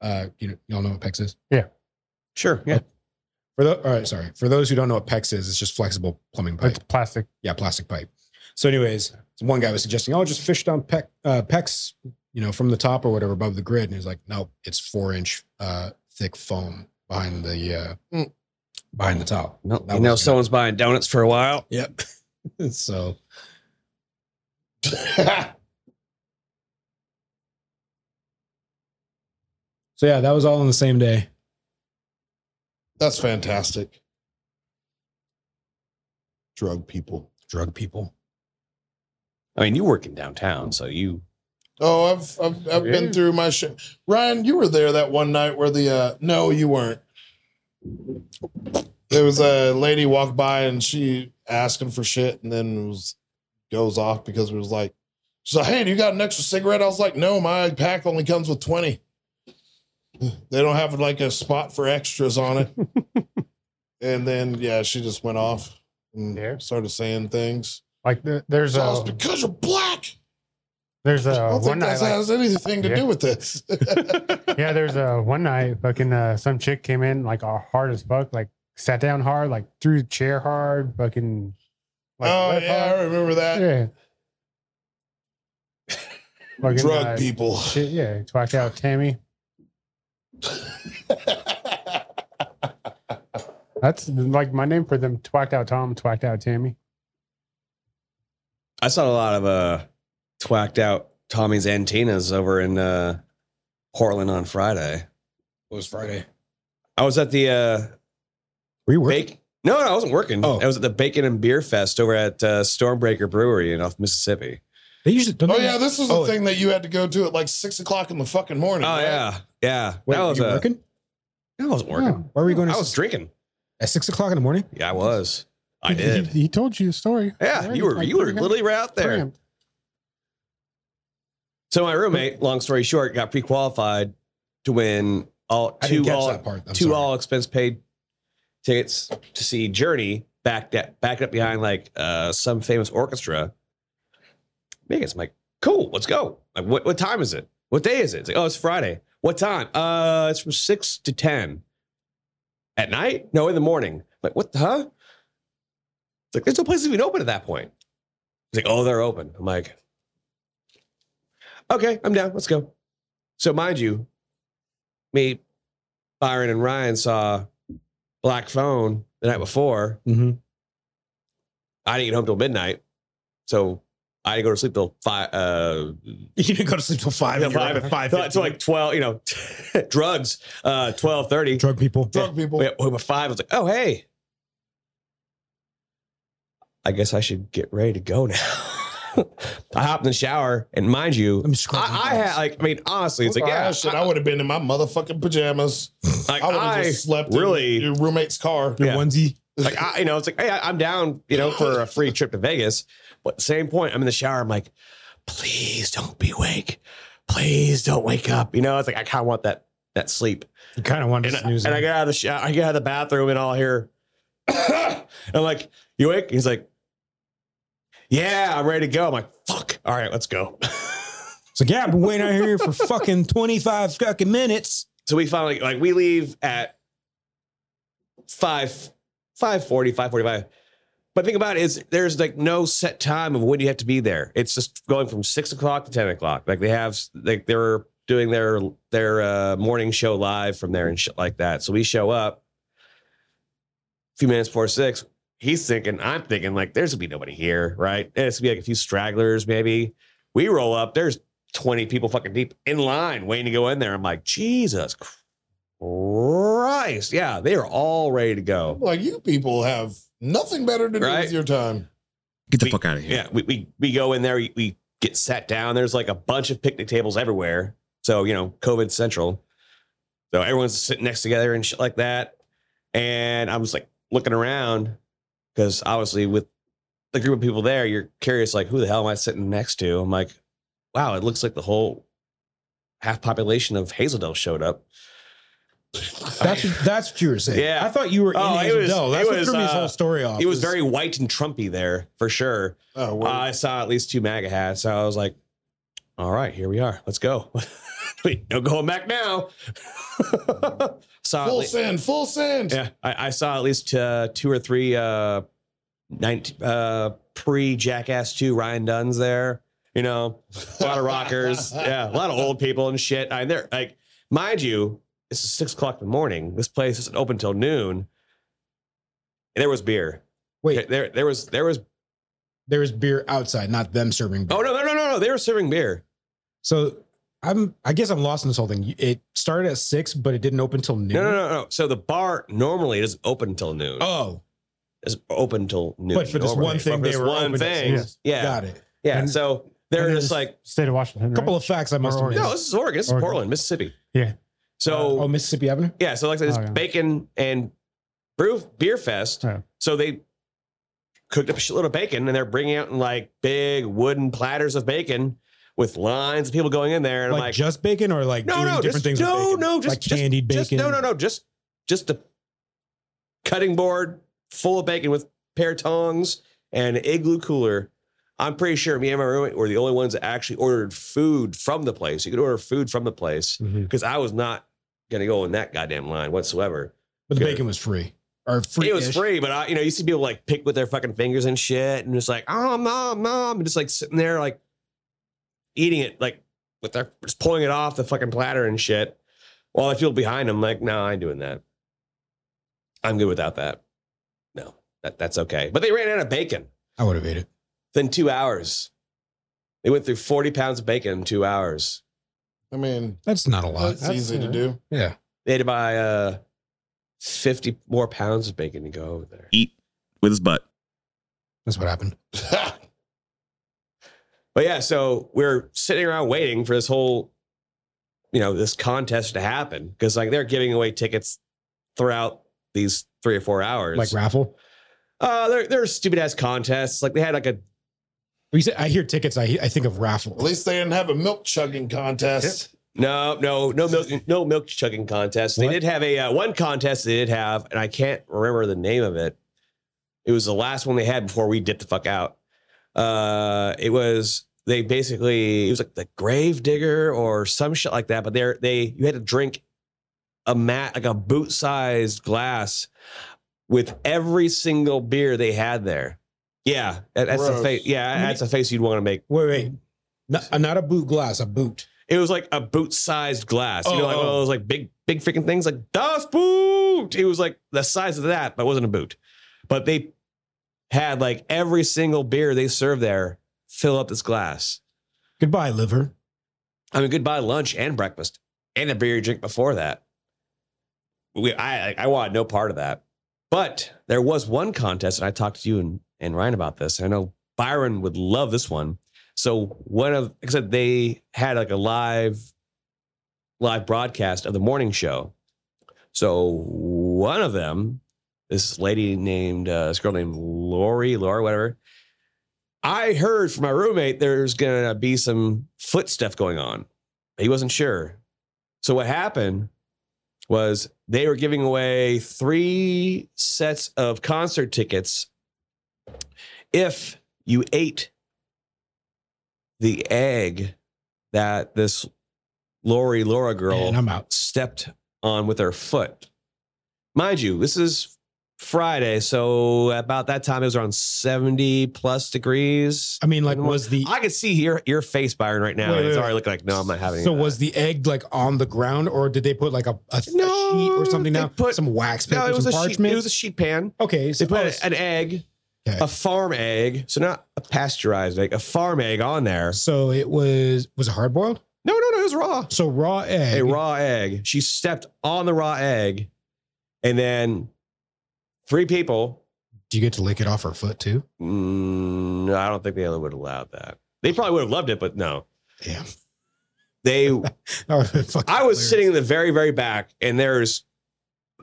Uh, you know, y'all know what PEX is. Sure. Yeah. For the, all right, sorry. For those who don't know what PEX is, it's just flexible plumbing pipe. It's plastic. yeah, plastic pipe. So, anyways, so one guy was suggesting, oh, just fish down pec, uh, pecs, you know, from the top or whatever above the grid. And he's like, no, it's four inch uh, thick foam behind the uh, Mm. behind the top. No, That you know wasn't someone's buying donuts for a while. Yep. <laughs> so <laughs> So yeah, that was all on the same day. That's fantastic. Drug people. Drug people. I mean, you work in downtown, so you Oh, I've I've, I've Yeah. been through my shit. Ryan, you were there that one night where the uh no, you weren't. There was a lady walked by and she asking for shit, and then was goes off because it was like, she's like, "Hey, do you got an extra cigarette?" I was like, "No, my pack only comes with twenty. <sighs> They don't have like a spot for extras on it." <laughs> and then yeah, she just went off and Yeah. started saying things. Like the, there's So it's a because you're black. there's I a don't Uh, one think night. that Like, has anything to Yeah. do with this. yeah, there's a one night. Fucking uh, some chick came in like uh, hard as fuck. Like sat down hard. Like threw the chair hard. Fucking. Like, oh left yeah, hard. I remember that. Yeah. Fucking, Drug uh, people. <laughs> Shit, yeah. Twacked out Tammy. That's like my name for them. Twacked out Tom, twacked out Tammy. I saw a lot of uh twacked out Tommy's antennas over in uh Portland on Friday. It was Friday. I was at the uh Were you working? bake no, no, I wasn't working. Oh. I was at the Bacon and Beer Fest over at uh, Stormbreaker Brewery in off Mississippi. They usually don't. oh they- yeah, this was the Oh, thing that you had to go to at like six o'clock in the fucking morning. Oh right? yeah. Yeah. Wait, that were was you uh, working? I wasn't working. Why were you going to I was drinking. at six o'clock in the morning? Yeah, I was. I did. He, he told you a story. Yeah, you were you were literally right out there. So my roommate, long story short, got pre-qualified to win all I didn't two catch all that part. I'm two sorry. all expense paid tickets to see Journey backed up backed up behind like uh, some famous orchestra. Vegas, I'm like, cool, let's go. Like, what what time is it? What day is it? It's like, oh, it's Friday. What time? Uh, it's from six to ten. At night? No, in the morning. Like, what the huh? It's like, there's no places even open at that point. He's like, oh, they're open. I'm like, okay, I'm down. Let's go. So, mind you, me, Byron, and Ryan saw Black Phone the night before. Mm-hmm. I didn't get home till midnight. So, I didn't go to sleep till five, uh, <laughs> You didn't go to sleep till five. till and you're five, up at five. till, till like 12, you know, <laughs> drugs, uh, 1230. drug people. Drug people. We, we were five. I was like, oh, hey. I guess I should get ready to go now. <laughs> I hopped in the shower, and mind you, I'm scrubbing I, I my had like, I mean, honestly, it's like, Ah, yeah, shit, I- I would have been in my motherfucking pajamas. like, I would have I just slept really- in your roommate's car. Your Yeah. onesie. like I, you know, it's like, hey, I, I'm down, you know, for a free trip to Vegas. But same point, I'm in the shower. I'm like, please don't be awake. Please don't wake up. You know, it's like I kind of want that that sleep. You kind of wanted And, to I- snooze. and I it. get out of the shower, I get out of the bathroom, and I'll hear, and <coughs> I'm like, you awake? He's like, yeah, I'm ready to go. I'm like, fuck. All right, let's go. <laughs> It's like, yeah, I've been waiting out here for fucking 25 fucking minutes. so we finally like we leave at five five forty five forty five. But think about it is there's like no set time of when you have to be there. It's just going from six o'clock to ten o'clock. Like they have like they're doing their their uh, morning show live from there and shit like that. So we show up a few minutes before six. He's thinking, I'm thinking like there's gonna be nobody here, right? And it's gonna be like a few stragglers maybe. We roll up. There's 20 people fucking deep in line waiting to go in there. I'm like, Jesus Christ. Yeah, they are all ready to go. Like you people have nothing better to do Right. with your time. Get the We- fuck out of here. Yeah, we, we, we go in there, we, we get sat down. There's like a bunch of picnic tables everywhere. So, you know, COVID central. So everyone's sitting next together and shit like that. And I was like looking around because obviously with the group of people there, you're curious, like, who the hell am I sitting next to? I'm like, wow, it looks like the whole half population of Hazeldale showed up. That's that's what you were saying. Yeah. I thought you were Oh, in it was- Hazel. That's it what was, threw me this uh, whole story off. He was very white and Trumpy there for sure. Oh, Uh, well, I saw at least two MAGA hats. So I was like, all right, here we are. Let's go. <laughs> Wait, no going back now. <laughs> saw at full le- send, full send. Uh, yeah, I, I saw at least uh, two or three uh, 19, uh, pre Jackass 2 Ryan Dunn's there. You know, a lot of rockers. yeah, a lot of old people and shit. I there like mind you, this is six o'clock in the morning. This place isn't open till noon. And there was beer. Wait. there there was there was there was beer outside, not them serving beer. oh no no no no no they were serving beer. So I'm I guess I'm lost in this whole thing. It started at six, but it didn't open till noon. No no no no. So the bar normally doesn't open till noon. Oh, It's open till noon. But for this normally. one thing, But for they this were one open till thing. six. Yeah, got it. yeah. And- so they're And just the like state of Washington. A couple of facts I must have Or- missed. no, this is Oregon. This is Oregon. Portland, Mississippi. Yeah. So oh, Mississippi Avenue. Yeah, so like this Oh, yeah. bacon and brew beer fest. Yeah. So they cooked up a shitload of bacon and they're bringing out in like big wooden platters of bacon with lines of people going in there and Like, I'm like just bacon or like no doing no just, different things? with no bacon? no just like just- candied bacon. just- no no no just just a cutting board full of bacon with pair of tongs and an igloo cooler. I'm pretty sure me and my roommate were the only ones that actually ordered food from the place. You could order food from the place Mhm. because I was not gonna go in that goddamn line whatsoever. But the Good. bacon was free or free. It was free, but I, you know, you see people like pick with their fucking fingers and shit, and just like, oh, mom, mom, and just like sitting there, like eating it, like with their just pulling it off the fucking platter and shit. While I feel behind them, like, no, I ain't doing that. I'm good without that. No, that, that's okay. But they ran out of bacon. I would have ate it. Then two hours, they went through 40 pounds of bacon in two hours. I mean, That's not a lot. that's easy to do. Yeah. They had to buy uh, 50 more pounds of bacon to go over there. Eat with his butt. That's what happened. But yeah, so we're sitting around waiting for this whole, you know, this contest to happen because like they're giving away tickets throughout these three or four hours. Like raffle. uh, there there's stupid ass contests. Like they had like a You said- I hear tickets. I, I think of raffle. At least they didn't have a milk chugging contest. no, no, no milk, no milk chugging contest. They What? did have a uh, one contest. They did have, and I can't remember the name of it. It was the last one they had before we dipped the fuck out. Uh, it was they basically it was like the grave digger or some shit like that. But they're they you had to drink a mat like a boot sized glass with every single beer they had there. Yeah, that- that's the Gross. face. Yeah, many- that's the face you'd want to make. Wait, wait. Not, not a boot glass, a boot. It was like a boot sized glass. you know, like Oh, one of oh. those like big, big freaking things like Das Boot. It was like the size of that, but it wasn't a boot. But they had like every single beer they served there fill up this glass. Goodbye, liver. I mean, goodbye lunch and breakfast and a beer you drink before that. We, I, I wanted no part of that. But there was one contest, and I talked to you and, and Ryan about this. And I know Byron would love this one. So one of except they had like a live live broadcast of the morning show. So one of them, this lady named uh, this girl named Lori, Laura, whatever. I heard from my roommate there's gonna be some foot stuff going on. He wasn't sure. So what happened was they were giving away three sets of concert tickets if you ate the egg that this Lori Laura girl And I'm out. stepped on with her foot. Mind you, this is Friday, so about that time it was around 70 plus degrees. I mean, like, was the I could see your your face, Byron, right now. Wait, and it's wait, already looking like, no, I'm not having. so any of was that. the egg like on the ground, or did they put like a, a, a No, sheet or something they down? put- some wax paper, no? It was a some sheet, parchment. it was a sheet pan. okay, so They put oh, an egg, Okay. a farm egg, so not a pasteurized egg, a farm egg on there. so it was was it hard boiled? No, no, no, it was raw. So raw egg. A raw egg. She stepped on the raw egg, and then three people. Do you get to lick it off her foot too? <laughs> Mm, no, I don't think they would have allowed that. They probably would have loved it, but no. Damn, They that would have been fucking. I was hilarious. sitting in the very, very back, and there's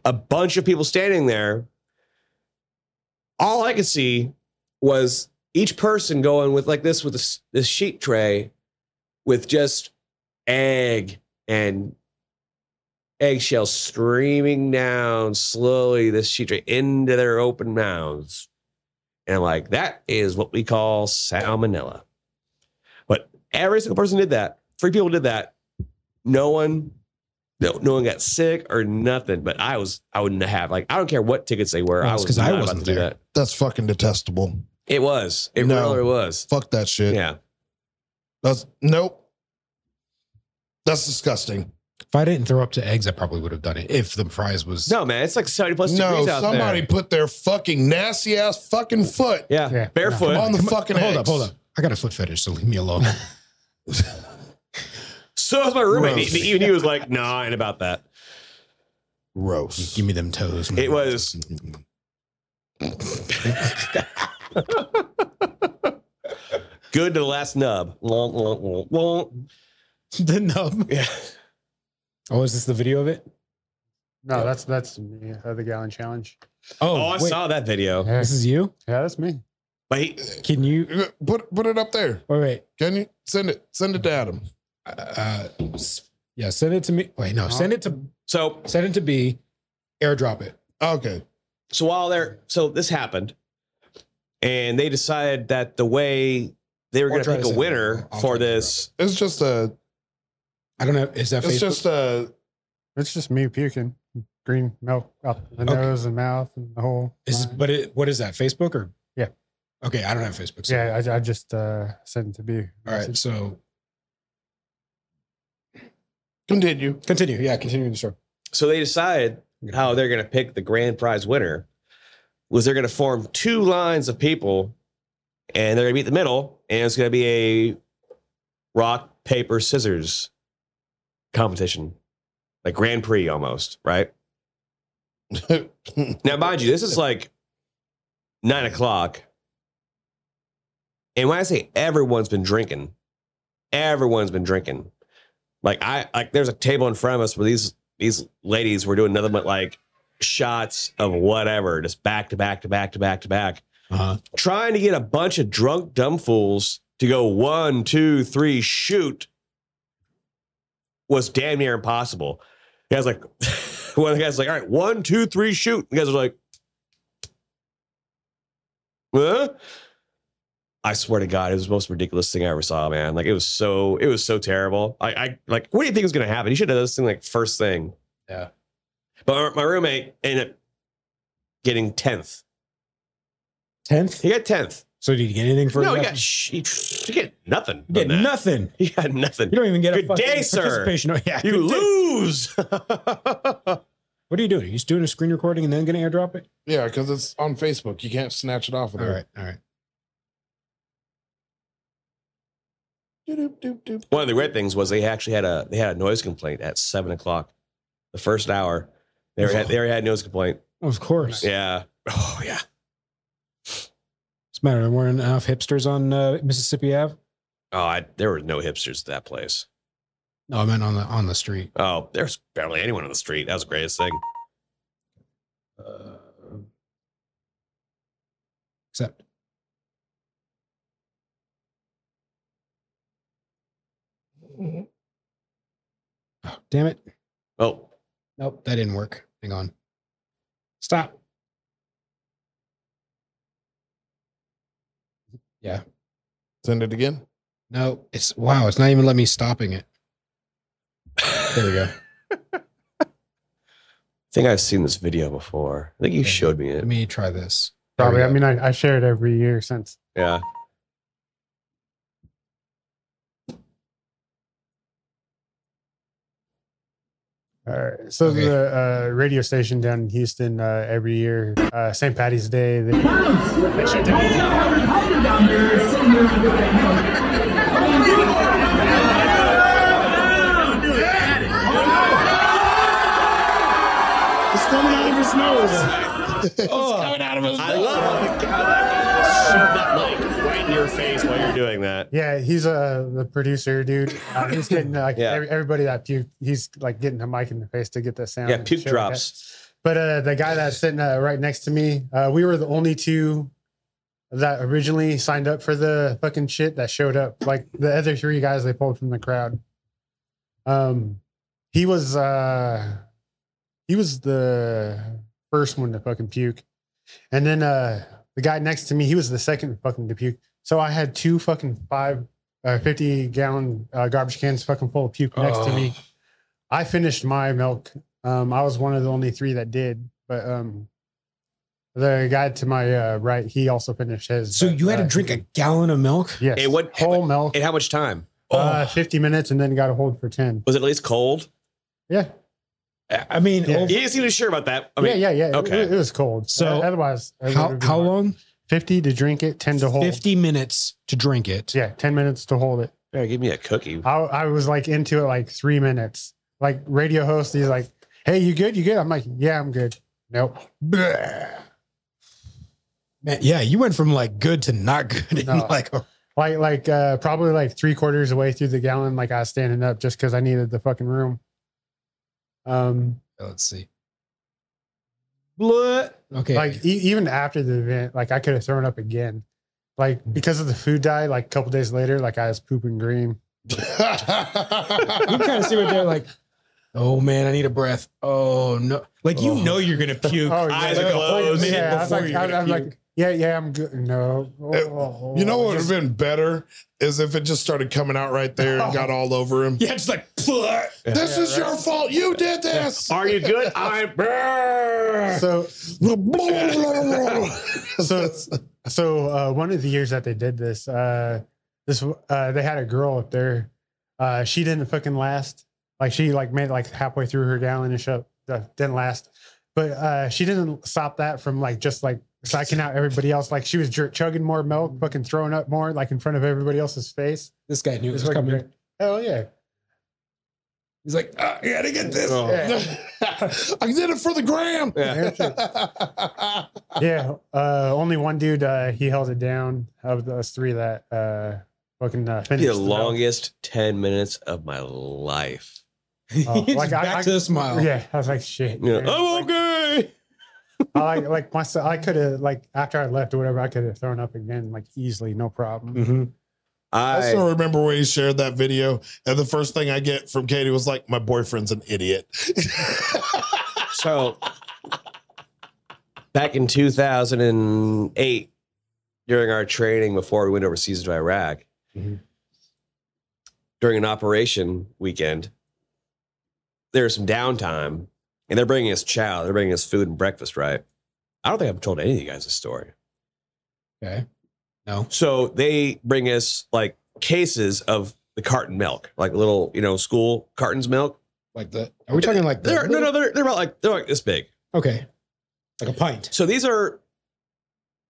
a bunch of people standing there. All I could see was each person going with like this with this, this sheet tray with just egg and eggshell streaming down slowly this sheet tray into their open mouths. And I'm like, that is what we call salmonella. But every single person did that. Three people did that no one no, no one got sick or nothing but i was i wouldn't have like i don't care what tickets they were Well, i it's was 'cause I not about wasn't to do there. that That's fucking detestable. it was it No. really was Fuck that shit. yeah That's nope. That's disgusting. If I didn't throw up to eggs, I probably would have done it. If the prize was no man it's like 70 plus no, degrees out somebody there put their fucking nasty ass fucking foot yeah, Yeah. barefoot on the Come on, fucking hold eggs. up, hold up. <laughs> I got a foot fetish, so leave <laughs> me alone. so was my roommate Gross. He- <laughs> even he was like nah ain't about that Gross. Give me them toes. It was- good to the last nub Wonk, wonk, wonk, wonk. the nub. yeah Oh, is this the video of it? No, that's that's me, uh, the gallon challenge. oh i wait. saw that video Yeah, This is you. yeah, that's me. but he, Can you? Put put it up there. Wait, wait. Can you send it? Send it to Adam. Uh, s- yeah, send it to me. Wait, no, send it to so send it to B. Airdrop it. Okay. so while they're so this happened and they decided that the way they were I'll going try to pick a to send it. winner I'll for try to figure this It's just a. I don't know. Is that It's Facebook? just a. It's just me puking green milk up the Okay. nose and mouth and the whole. is nine. but it, what is that? Facebook or Yeah. Okay, I don't have Facebook. so- yeah, I, I just uh, sent it to be. All right. So Continue. continue. Yeah, continue the show. So they decided how they're going to pick the grand prize winner was they're going to form two lines of people and they're going to be at the middle and it's going to be a rock, paper, scissors competition, like Grand Prix almost, right? Now, mind you, this is like nine o'clock. And when I say everyone's been drinking, everyone's been drinking. Like I like there's a table in front of us where these these ladies were doing nothing but like shots of whatever, just back to back to back to back to back. Uh-huh. Trying to get a bunch of drunk dumb fools to go one, two, three, shoot was damn near impossible. The guy's like, <laughs> one of the guys like, all right, one, two, three, shoot. The guys are like, huh? I swear to God, it was the most ridiculous thing I ever saw, man. Like it was so, it was so terrible. I, I like, what do you think was gonna happen? You should have done this thing like first thing. Yeah. But my my roommate ended up getting tenth. Tenth. He got tenth. So did you get anything for no, he that? got sh- he, he got nothing. You get from that. nothing. He got nothing. You don't even get a Good fucking day, sir. participation. <laughs> Oh, yeah. <laughs> You good day. lose. <laughs> What are you doing? Are you just doing a screen recording and then going to airdrop it? yeah, because it's on Facebook. You can't snatch it off of All there. right. All right. Doop, doop, doop. one of the great things was they actually had a they had a noise complaint at seven o'clock, the first hour. They already had, they already had a noise complaint. Of course. <sighs> Yeah. Oh yeah. It's a matter of wearing off hipsters on uh, Mississippi Ave. Oh, I, there were no hipsters at that place. No, I meant on the on the street. Oh, there's barely anyone on the street. That was the greatest thing. Except oh, damn it. Oh, Nope, that didn't work. Hang on. Stop. Yeah. Send it again. <laughs> No, it's wow, it's not even let me stopping it. There we go. <laughs> I think I've seen this video before. I think you Okay. showed me it. Let me try this. There we Probably. I go. mean, I, I share it every year since. Yeah. All right. So Okay. the uh, radio station down in Houston uh, every year, uh, St. Patty's Day, they, they shut down. It's coming out of his nose. I love it. Shove that mic right in your face while you're doing that. Yeah, he's uh, the producer, dude. Uh, he's getting like Yeah. every, everybody that puked. He's like getting a mic in the face to get that sound. Yeah, and puke shit like that. drops. But uh, the guy that's sitting uh, right next to me, uh, we were the only two that originally signed up for the fucking shit that showed up. Like the other three guys they pulled from the crowd. Um, he was uh, he was the first one to fucking puke, and then uh, the guy next to me, he was the second fucking to puke. So I had two fucking five uh, fifty gallon uh, garbage cans fucking full of puke next to Oh. me. I finished my milk. Um, I was one of the only three that did, but um, the guy to my uh, right, he also finished his. So but, you had uh, to drink a gallon of milk? yes, Hey, what- whole milk, And how much time? uh, fifty minutes, and then got a hold for ten. Was it at least cold? Yeah, I I mean, Yeah. You over- didn't seem sure about that. I mean, yeah, yeah, okay. yeah. Okay, it, it was cold. So, Uh, otherwise, it how, would've been how hard. long? Fifty to drink it, ten to hold. 50 minutes to drink it. Yeah, ten minutes to hold it. Better give me a cookie. I, I was like into it like three minutes. Like radio host, he's like, "Hey, you good? You good?" I'm like, "Yeah, I'm good." Nope. Man, yeah, you went from like good to not good. in No. like, a- like like uh probably like three quarters away through the gallon like i was standing up just because i needed the fucking room um let's see. Blah. Okay. like e- even after the event like i could have thrown up again like because of the food dye like a couple days later like i was pooping green you kind of see what they're like. Oh man, I need a breath. Oh no! Like you Oh. know you're gonna puke. <laughs> Oh, yeah. Eyes are Like, closed. closed. Minute yeah i was before like, you're I, gonna am puke. like yeah yeah i'm good no Uh, Oh, You know what would have Just- been better is if it just started coming out right there and got all over him. yeah, just like This is your fault. You did this. Are you good? I'm. <laughs> so so, So uh, one of the years that they did this, uh, this uh, they had a girl up there. Uh, she didn't fucking last. Like she like made it like halfway through her gallon and shut uh, didn't last. But uh, she didn't stop that from like just like psyching out everybody else. Like she was jer- chugging more milk, fucking throwing up more, like in front of everybody else's face. this guy knew it It's was fucking coming. great. Hell yeah! He's like, ah, I gotta get this. Oh, <laughs> <laughs> I did it for the gram. Yeah. <laughs> yeah. Uh, only one dude uh, he held it down of those three that uh, fucking uh, finished The milk. longest 10 minutes of my life. Oh, He's like, I- back I- to the smile. Yeah, I was like, shit. You know, man. I'm okay. I like like myself. I could have like after I left or whatever, I could have thrown up again like easily, no Mm. problem. Mhm. <laughs> I I, still remember when you shared that video, and the first thing I get from Katie was like, "My boyfriend's an idiot." so back in 2008, during our training before we went overseas to Iraq, Mhm. during an operation weekend, there's some downtime and they're bringing us chow, they're bringing us food and breakfast, right? I don't think I've told any of you guys this story. Okay. No. So they bring us like cases of the carton milk, like little, you know, school cartons milk. Like that. Are we talking like They're that? no, no, they're they're about like they're like this big. Okay. Like a pint. So these are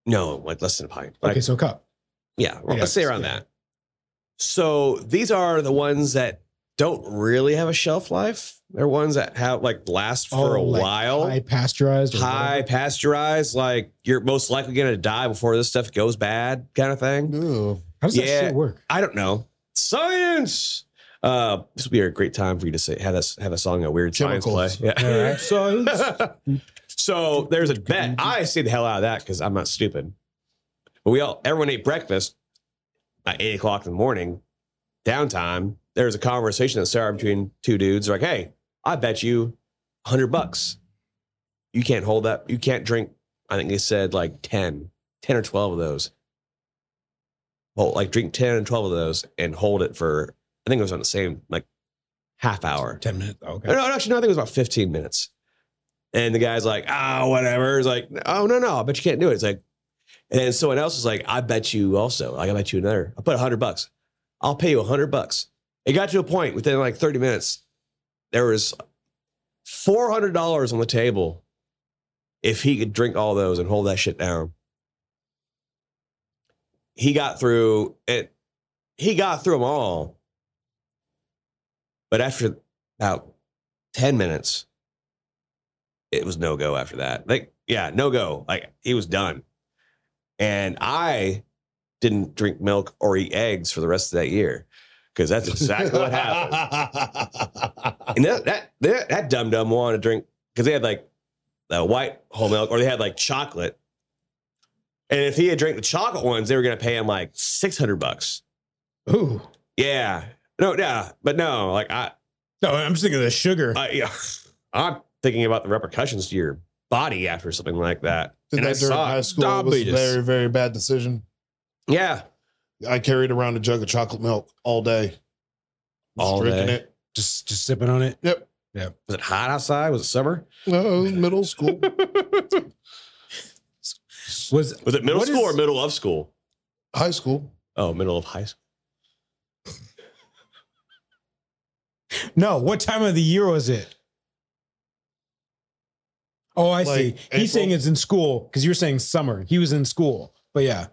no, like less than a pint. Like okay, so a cup. yeah, well, yeah, let's say around yeah. that. So these are the ones that don't really have a shelf life, They're ones that have like last for Oh, a like while. high pasteurized, or high pasteurized, like you're most likely gonna die before this stuff goes bad, kind of thing. Mm-hmm. Ew. How does Yeah. that shit work? I don't know. Science. Uh, this would be a great time for you to say have us have a song a weird Chemicals. science play. Yeah. All right. <laughs> so there's a bet. I stayed the hell out of that because I'm not stupid. But we all everyone ate breakfast at eight o'clock in the morning, downtime. There was a conversation that started between two dudes. Like, hey, I bet you hundred bucks. You can't hold that. You can't drink. I think they said like 10, 10 or twelve of those. Well, like drink ten and twelve of those and hold it for. I think it was on the same like half hour. Ten minutes. Oh, No, okay. no, actually, no, I think it was about 15 minutes. And the guy's like, oh, whatever. He's like, oh, no, no, I bet you can't do it. It's like, and then someone else is like, I bet you also. Like, I bet you another. I put 100 bucks. I'll pay you 100 bucks. It got to a point within like 30 minutes, there was $400 on the table if he could drink all those and hold that shit down. He got through it. He got through them all. But after about 10 minutes it was no go after that like yeah no go like he was done and i didn't drink milk or eat eggs for the rest of that year because that's exactly <laughs> <laughs> what happened and that that that, that dumb dumb wanted to drink because they had like the white whole milk or they had like chocolate. And if he had drank the chocolate ones, they were going to pay him like six hundred bucks. Ooh. Yeah, no, yeah, but no, like I, No, I'm just thinking of the sugar. I <laughs> yeah, I'm thinking about the repercussions to your body after something like that. Did And I that during saw high school. It diabetes. was a very, very bad decision. Yeah, I carried around a jug of chocolate milk all day. Just All day. it. just just sipping on it. Yep. was it hot outside? Was it summer? No, it was middle school. Was Was it middle What school is- or middle of school? high school. Oh, middle of high school. no? What time of the year was it? Oh, I see. Like He's April? saying it's in school because you're saying summer. He was in school, but yeah.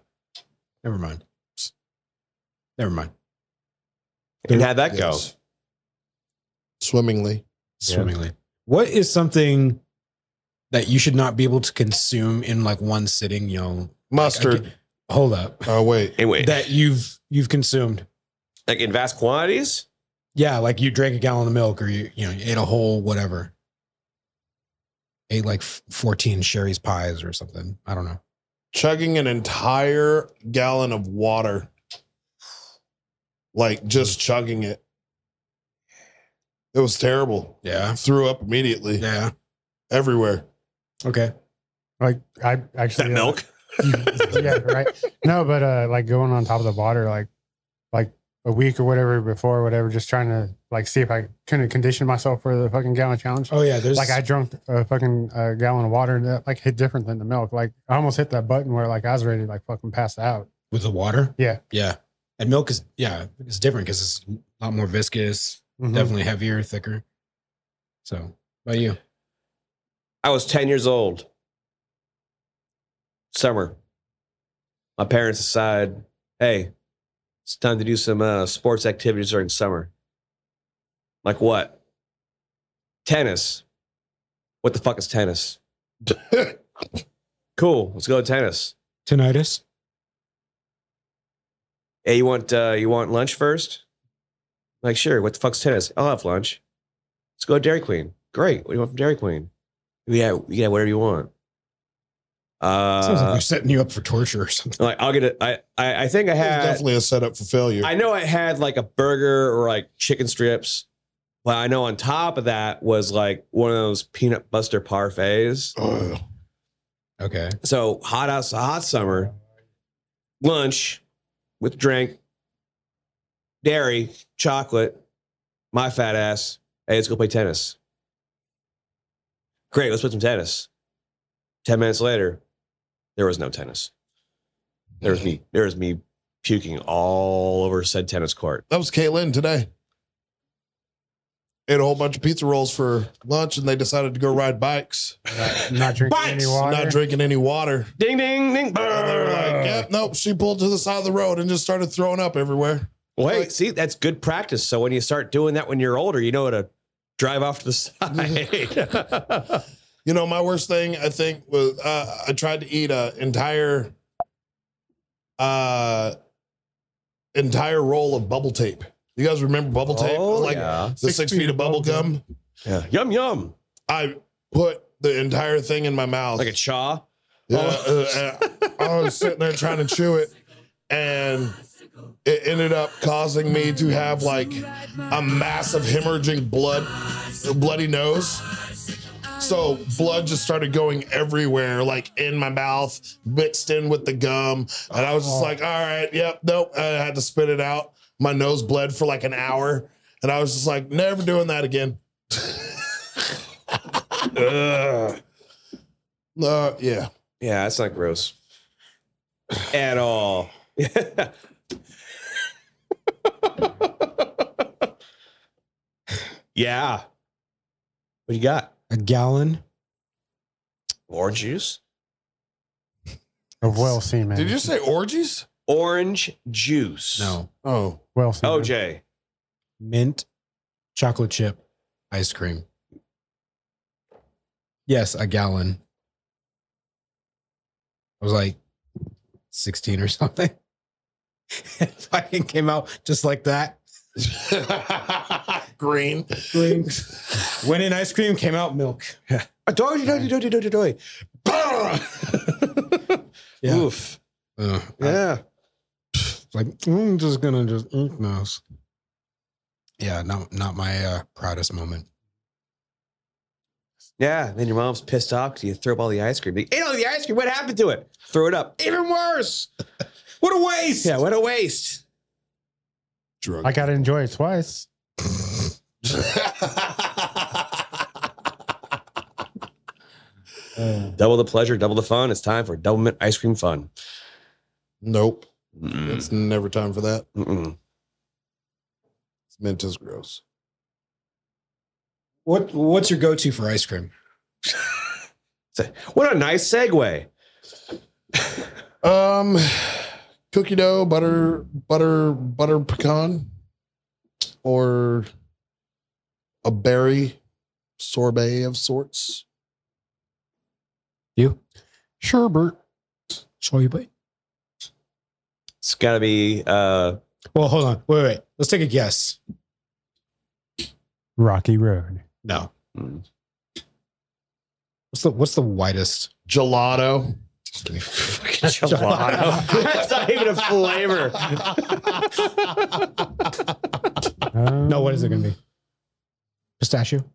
Never mind. Never mind. And how'd that go? Yes. Swimmingly. Swimmingly. What is something that you should not be able to consume in like one sitting? You know, Mustard. hold up. Oh, wait. Anyway, That you've you've consumed. like in vast quantities. Yeah, like you drank a gallon of milk or you you know you ate a whole whatever. Ate like f- 14 Sherry's pies or something. I don't know. Chugging an entire gallon of water. Like Hmm. just chugging it. It was terrible. Yeah. Threw up immediately. Yeah. Everywhere. Okay. Like I actually That uh, milk. yeah, right. No, but uh, like going on top of the water, like like a week or whatever before, whatever, just trying to like see if I couldn't condition myself for the fucking gallon challenge. Oh yeah, there's Like I drunk a fucking uh, gallon of water and that like hit different than the milk. Like I almost hit that button where like I was ready to like fucking pass out. with the water. Yeah. Yeah. And milk is yeah, it's different because it's a lot more viscous, Mm-hmm. Mhm. definitely heavier, thicker. So, what about you? I was 10 years old. Summer. My parents decide, hey, it's time to do some uh, sports activities during summer. Like what? Tennis. What the fuck is <laughs> tennis? cool. Let's go to tennis. Tinnitus? Hey, you want uh, you want lunch first? Like, sure. What the fuck's tennis? I'll have lunch. Let's go to Dairy Queen. Great. What do you want from Dairy Queen? Yeah, yeah, whatever you want. Uh, Sounds like they're setting you up for torture or something. Like I'll get it. I I, I think I It was had. definitely a setup for failure. I know I had like a burger or like chicken strips, but I know on top of that was like one of those peanut buster parfaits. Ugh. Okay. So hot out, hot summer, lunch with drink, dairy, chocolate, my fat ass. Hey, let's go play tennis. Great, let's play some tennis. Ten minutes later, there was no tennis. There was me. There was me puking all over said tennis court. That was Caitlin today. Ate a whole bunch of pizza rolls for lunch, and they decided to go ride bikes, Not, not drinking any water. not drinking any water. Ding ding ding. And they were like, "Yep, nope." She pulled to the side of the road and just started throwing up everywhere. Wait, see, that's good practice. So when you start doing that when you're older, you know what a drive off to the <laughs> side. You know, my worst thing I think was uh, I tried to eat a entire uh entire roll of bubble tape. You guys remember bubble tape? Oh, like yeah. the six, feet, of bubble gum. yeah. Yum yum. I put the entire thing in my mouth. Like a chaw. Yeah, uh, uh, I was sitting there trying to chew it, and it ended up causing me to have like a massive hemorrhaging blood, bloody nose. So blood just started going everywhere, like in my mouth, mixed in with the gum, and I was just like, "All right, yep, nope." I had to spit it out. My nose bled for like an hour, and I was just like, "Never doing that again." <laughs> Ugh. Uh, yeah. Yeah, that's not gross. <laughs> At <laughs> all. Yeah. yeah. What you got? A gallon Orange juice? Of whale semen. Did you say orgies? Orange juice. No. Oh, Whale semen. OJ. mint, chocolate chip, ice cream. Yes, a gallon. I was like 16 or <laughs> something. It fucking came out just like that. <laughs> green. Went in ice cream, came out milk. Uh, Doy, doy, doy, doy, doy, doy, doy. Yeah. Oof. Ugh. I Uh, Yeah. was like, I'm just gonna just ink nose. Yeah, not not my uh, proudest moment. Yeah. Then your mom's pissed off because you throw up all the ice cream. Like, Ate all the ice cream. What happened to it? Throw it up. Even <laughs> worse. What a waste. Yeah, what a waste. Drug. I gotta enjoy it twice. <laughs> Double the pleasure, double the fun. It's time for double mint ice cream fun. nope. Mm-mm. It's never time for that. Mm-mm. It's mint is gross. What what's your go-to for ice cream? So- What a nice segue. Um, cookie dough, butter, butter, butter pecan, or a berry sorbet of sorts. You? Sherbet. Show you, boy. It's got to be <laughs> uh, Well, hold on. Wait, wait. Let's take a guess. Rocky Road. No. Mm. What's the what's the widest? Gelato. gelato. That's not even a flavor. No, what is it gonna be? Pistachio. <laughs>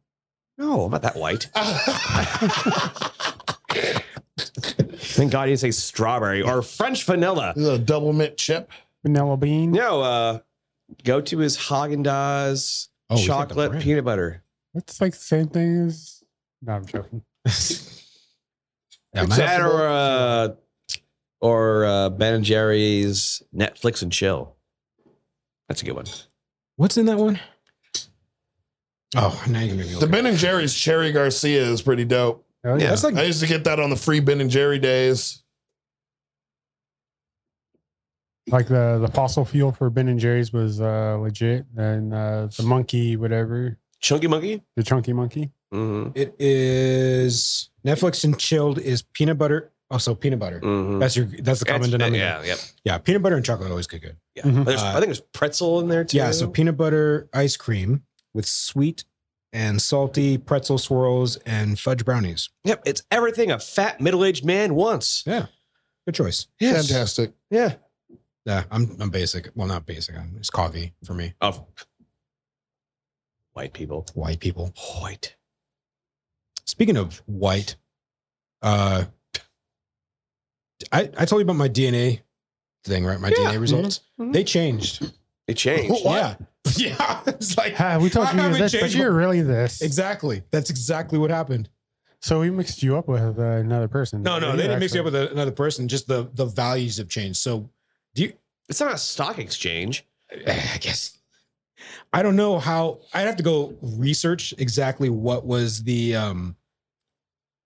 No, I'm not that white. <laughs> Thank God you didn't say strawberry or French vanilla. This is a double mint chip. Vanilla bean. No, uh, go to is Haagen Dazs Oh, we said the chocolate brand. peanut butter. It's like the same thing as. No, I'm joking. Yeah, Is that mine, or uh, or uh, Ben and Jerry's Netflix and chill. That's a good one. what's in that one? Oh, now you're gonna be The Ben and Jerry's Cherry Garcia is pretty dope. Oh, Yeah. yeah. That's like I used to get that on the free Ben and Jerry days. Like the, the fossil fuel for Ben and Jerry's was uh, legit, and uh, the monkey, whatever, Chunky Monkey. the chunky monkey. Mm-hmm. it is Netflix and chilled is peanut butter. Also peanut butter. Mm-hmm. That's your that's the common denominator. Yeah, yep. Yeah, peanut butter and chocolate always get good. Yeah. Mm-hmm. Mhm. There's- I Uh, think there's pretzel in there too. Yeah, so peanut butter ice cream with sweet and salty pretzel swirls and fudge brownies. yep, it's everything a fat middle aged man wants. Good choice. Yes. Fantastic. Yeah. Yeah, I'm I'm basic. Well, not basic. I'm, it's coffee for me. Of white people. White people. White. Speaking of white, uh, I I told you about my DNA thing, right? My Yeah. DNA results. Mhm. They changed. It <laughs> changed. Yeah, <laughs> yeah. It's like Ha, we told I you you're haven't this, but changed you're really this. exactly. That's exactly what happened. So we mixed you up with uh, another person. No, no, You they didn't mix you up actually- with a, another person. Just the the values have changed. So <sighs> do you? It's not a stock <laughs> exchange. I guess I don't know how. I'd have to go research exactly what was the um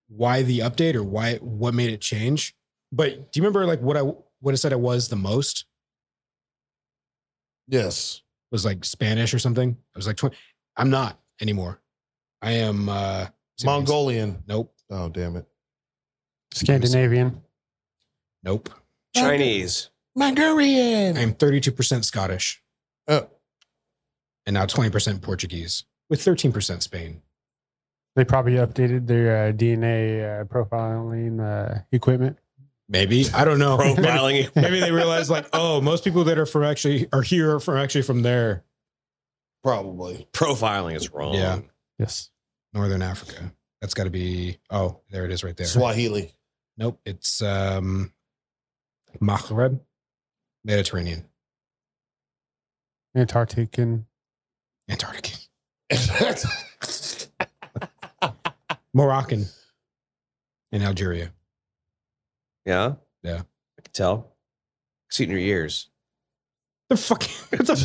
why the update or why what made it change. But do you remember like what I what I said I was the most Yes. was like Spanish or something? I was like twenty. I'm not anymore. I am uh Mongolian. Nope. Oh, damn it. Scandinavian. Nope. <laughs> Chinese. I Mongolian. am 32% Scottish Oh, and now 20% Portuguese with 13% Spain. They probably updated their uh, DNA uh, profiling uh, equipment. Maybe. I don't <laughs> know. Profiling. Maybe they realize like, oh, most people that are from actually are here are from actually from there, probably. <laughs> profiling is wrong. Yeah. Yes. Northern Africa. That's got to be. Oh, there it is, right there. Swahili. Nope, it's um, Maghreb, Mediterranean, Antarctic and <laughs> Antarctic, Moroccan, and Algeria. Yeah. Yeah. I can tell. I see it in your ears. They're fucking. <laughs> <laughs> what the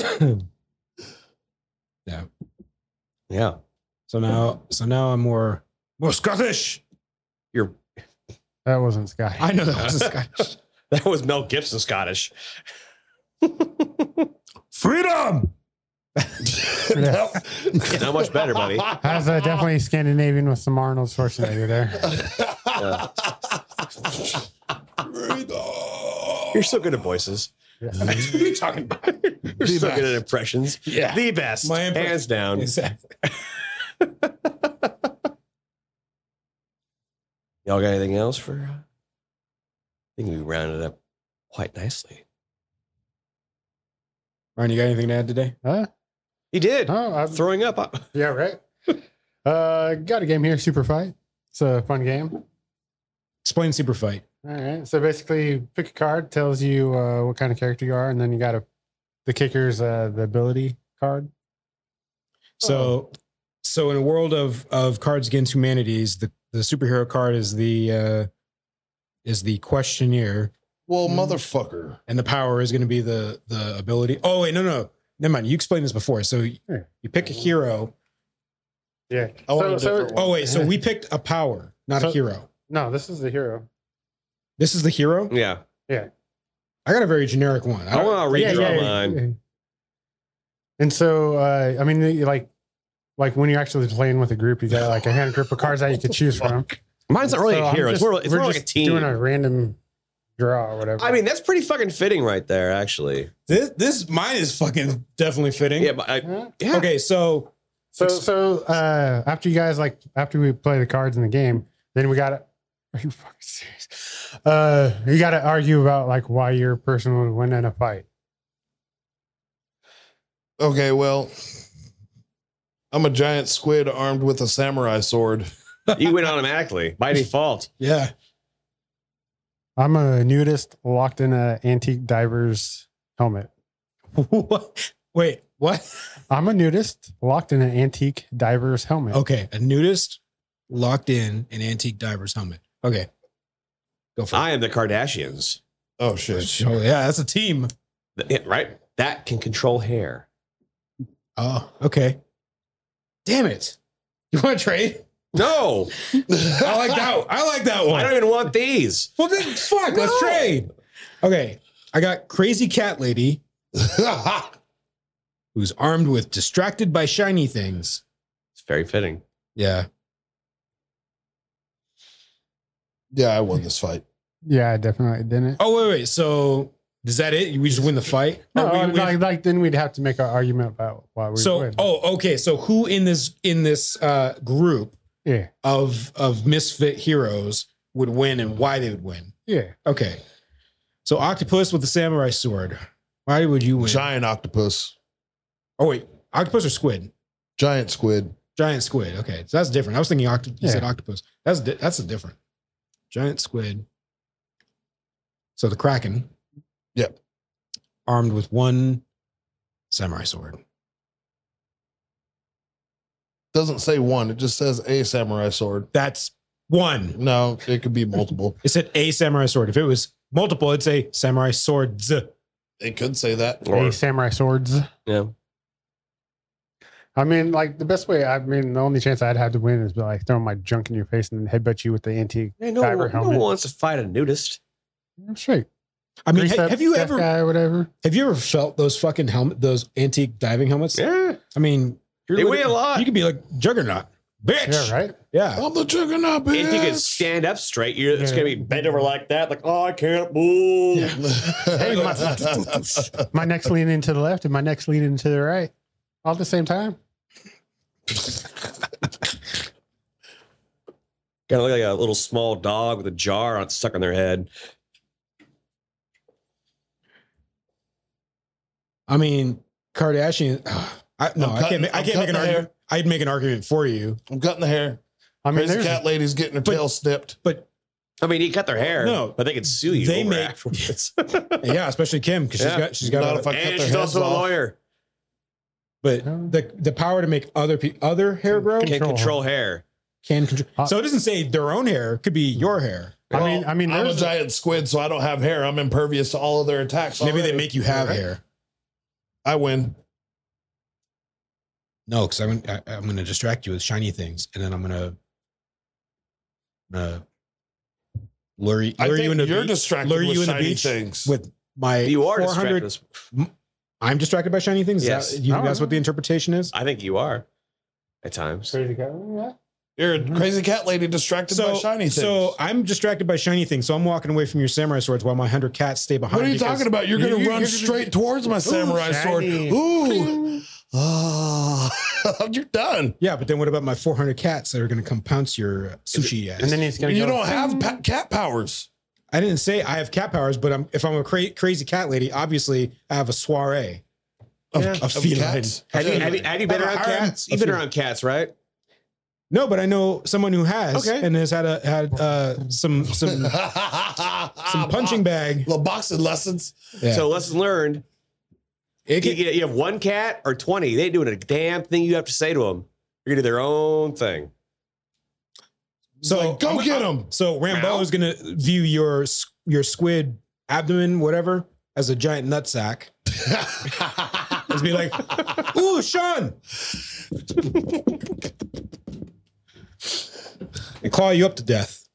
fuck? Yeah. so now, so now I'm more more Scottish. You're that wasn't Sky. I know that was Scottish. <laughs> that was Mel Gibson Scottish. <laughs> Freedom. <laughs> <laughs> Not much better, buddy. That's uh, definitely Scandinavian with some Arnold <laughs> Schwarzenegger there. You're so good at voices. Yeah. what are you talking about? You're so good at impressions. Yeah. The best. My impre- Hands down. Exactly. Y'all got anything else for? uh, I think we rounded up quite nicely. Ryan, you got anything to add today? Huh? He did. Oh, I'm- Throwing up. <laughs> I- <laughs> yeah, right. Uh, got a game here, Super Fight. It's a fun game. Explain super fight. All right. So basically, pick a card, tells you uh, what kind of character you are, and then you got a the kicker's uh, the ability card. So, so in a world of of Cards Against Humanities, the the superhero card is the uh, is the questionnaire, well, motherfucker. and the power is going to be the the ability. Oh wait, no, no, never mind. You explained this before. So you Sure. pick a hero. Yeah. I want So- a so- different one. Oh wait, so <laughs> we picked a power, not a So- hero. No, this is the hero. This is the hero. Yeah. I got a very generic one. I I don't, want to redraw mine. And so, uh, I mean, you- like, like when you're actually playing with a group, you got like a hand group of cards that you <laughs> could choose from. Mine's not really So a I'm hero. just- it's more, it's we're more like a just team. Doing a random draw or whatever. I mean, that's pretty fucking fitting right there, actually. this this mine is fucking definitely fitting. Yeah, but I, Huh? yeah. Okay, so So, so uh, after you guys like after we play the cards in the game, then we got to. <laughs> Are you fucking serious? Uh, you got to argue about like why your person would win in a fight. Okay, well, I'm a giant squid armed with a samurai sword. you win automatically by default. yeah, <laughs> I'm a nudist locked in a antique diver's helmet. What? wait, what? I'm a nudist locked in an antique diver's helmet. Okay, a nudist locked in an antique diver's helmet. Okay, go for it. I am the Kardashians, Oh, shit. Oh, yeah, that's a team. Th- yeah, right? That can control hair. Oh, okay. Damn it! You want to trade? No, I like that. I like that I one. don't even want these. Well, then fuck. No. Let's trade. Okay, I got crazy cat lady who's armed with distracted by shiny things. It's very fitting. Yeah, yeah, I won this fight. Yeah, I definitely didn't. Oh wait, wait. So is that it? We just win the fight? no, Or we- I mean, we- like, like then we'd have to make an argument about why we so would. oh okay. So who in this in this uh, group yeah, of of misfit heroes would win and why they would win? yeah. Okay. So octopus with the samurai sword. Why would you win? Giant octopus, Oh wait, octopus or squid? giant squid. Giant squid. Okay, so that's different. I was thinking octopus. You said Yeah. octopus. That's di- that's a different. Giant squid. So the kraken. Yep. Armed with one samurai sword. Doesn't say one, it just says a samurai sword. That's one. No, it could be multiple. It said a samurai sword. If it was multiple, it'd say samurai swords. it could say that. Or- Hey, samurai swords. yeah. I mean, like the best way. I mean, the only chance I'd have to win is by like throwing my junk in your face and then headbutt you with the antique. Hey, no, one, Cyber no helmet. one wants to fight a nudist. I'm straight. I mean, Grease ha- up have you that ever guy or whatever? have you ever felt those fucking helmet, those antique diving helmets? Yeah. I mean, you're They literally- weigh a lot. You can be like juggernaut, bitch. Yeah, right. Yeah. I'm the juggernaut, bitch. If you could stand up straight, you're it's Yeah. gonna be bent over like that, like oh I can't move. Hey, My neck's leaning to the left and my neck's leaning to the right, all at the same time. Kind of look like a little small dog with a jar on stuck on their head. I mean, Kardashian. <sighs> I, no, I'm I can't. cutting- ma- I I'm can't make cutting an the hair. argument. I'd make an argument for you, <laughs> I'm cutting the hair. I mean, Crazy there's cat lady's getting her But- tail snipped. but I mean, he cut their hair. No. but they could sue you. They over make- afterwards. yeah, especially Kim because Yeah. she's got she's got. Not all if I that- cut and their she's heads also a off. lawyer. but the the power to make other pe- other hair grow Can't Control. control hair. can control. Uh, so it doesn't say their own hair. It could be your hair. I mean, Well, I mean, I'm a there's giant squid, so I don't have hair. I'm impervious to all of their attacks. Maybe already. they make you have hair. I win. No, because I'm I, I'm going to distract you with shiny things, and then I'm going to uh, lure, you- I lure think you into you're the beach distracted lure with you in the shiny beach things. with my You are 400 distracted. I'm distracted by shiny things. Is Yes. that- you think Oh. that's what the interpretation is? I think you are at times. crazy cat. oh, Yeah. You're a crazy cat lady distracted by shiny things. So I'm distracted by shiny things. So I'm walking away from your samurai swords while my hundred cats stay behind. what are you because- talking about? You're You- going to you- run you're- straight towards my samurai sword. shiny. Ooh. Ah. <laughs> you're done. Yeah, but then what about my 400 cats that are going to come pounce your uh, sushi ass? And then he's gonna You go, don't have pa- cat powers. I didn't say I have cat powers, but I'm, if I'm a cra- crazy cat lady, obviously I have a soiree of, of felines. Have you, have you, have you been Have a around harem. cats? You've been around cats, right? No, but I know someone who has Okay. and has had a had uh, some <laughs> some Ah, some punching bag. Little boxing lessons. Yeah. So lesson learned. It You, can- get- you have one cat or 20. They ain't doing a damn thing you have to say to them. They're going to do their own thing. so like, go I'm- get him. So Rambo Ow. is going to view your s- your squid abdomen, whatever, as a <laughs> giant nutsack. Just be like, "Ooh, Sean!" and claw you up to death.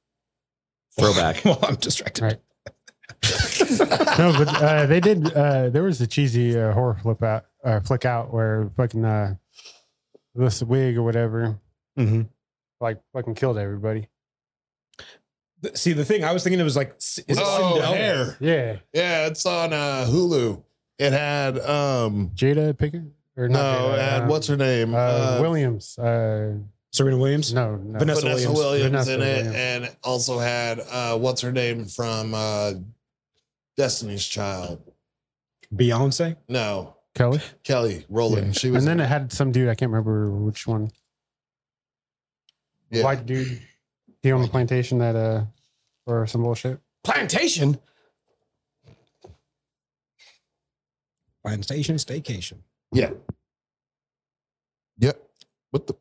Throwback. <laughs> well, I'm distracted. Right. <laughs> no, but uh, they did. Uh, there was a cheesy uh, horror flip out, uh, flick out where fucking uh, this wig or whatever, Mm-hmm. Mhm. like fucking killed everybody. Th- See, the thing I was thinking it was like, s- is it oh, Sindel? hair. Yeah, <laughs> Yeah, it's on uh, Hulu. It had um Jada Pickett or no, not Jada, it had um, what's her name? uh, Williams? Uh, Serena Williams. no, no, Vanessa Vanessa Williams, Williams. Vanessa in it, Williams. and also had uh what's her name from uh Destiny's Child. Beyonce. No, Kelly. Kelly Rowland. Yeah. She was And then it had some dude I can't remember which one. yeah. White dude. He <laughs> owned a plantation that uh, or some bullshit. Plantation? Plantation Staycation. Yeah. Yep. What the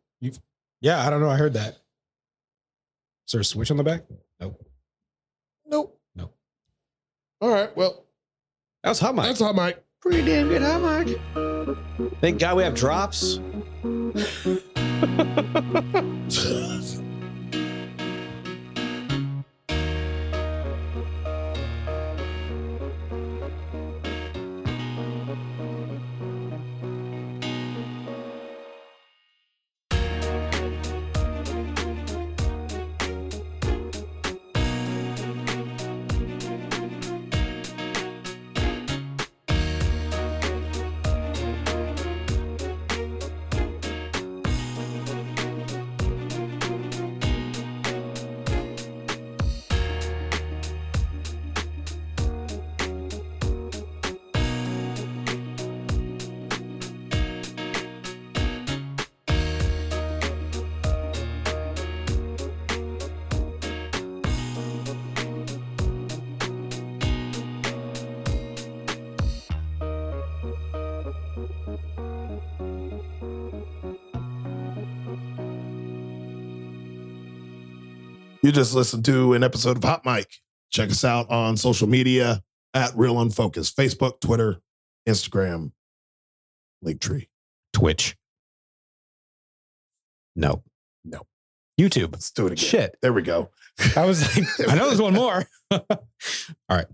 Yeah, I don't know. I heard that. Is there a switch on the back? Nope. Nope. All right. Well, That was hot mic. that's all, Mike. pretty damn good hot mic. Thank God we have drops. You just listened to an episode of Hot Mike. Check us out on social media at Real Unfocused Facebook, Twitter, Instagram, Linktree. Twitch. No. No. YouTube. Let's do it again. Shit. There we go. I was like, I know there's one more. All right.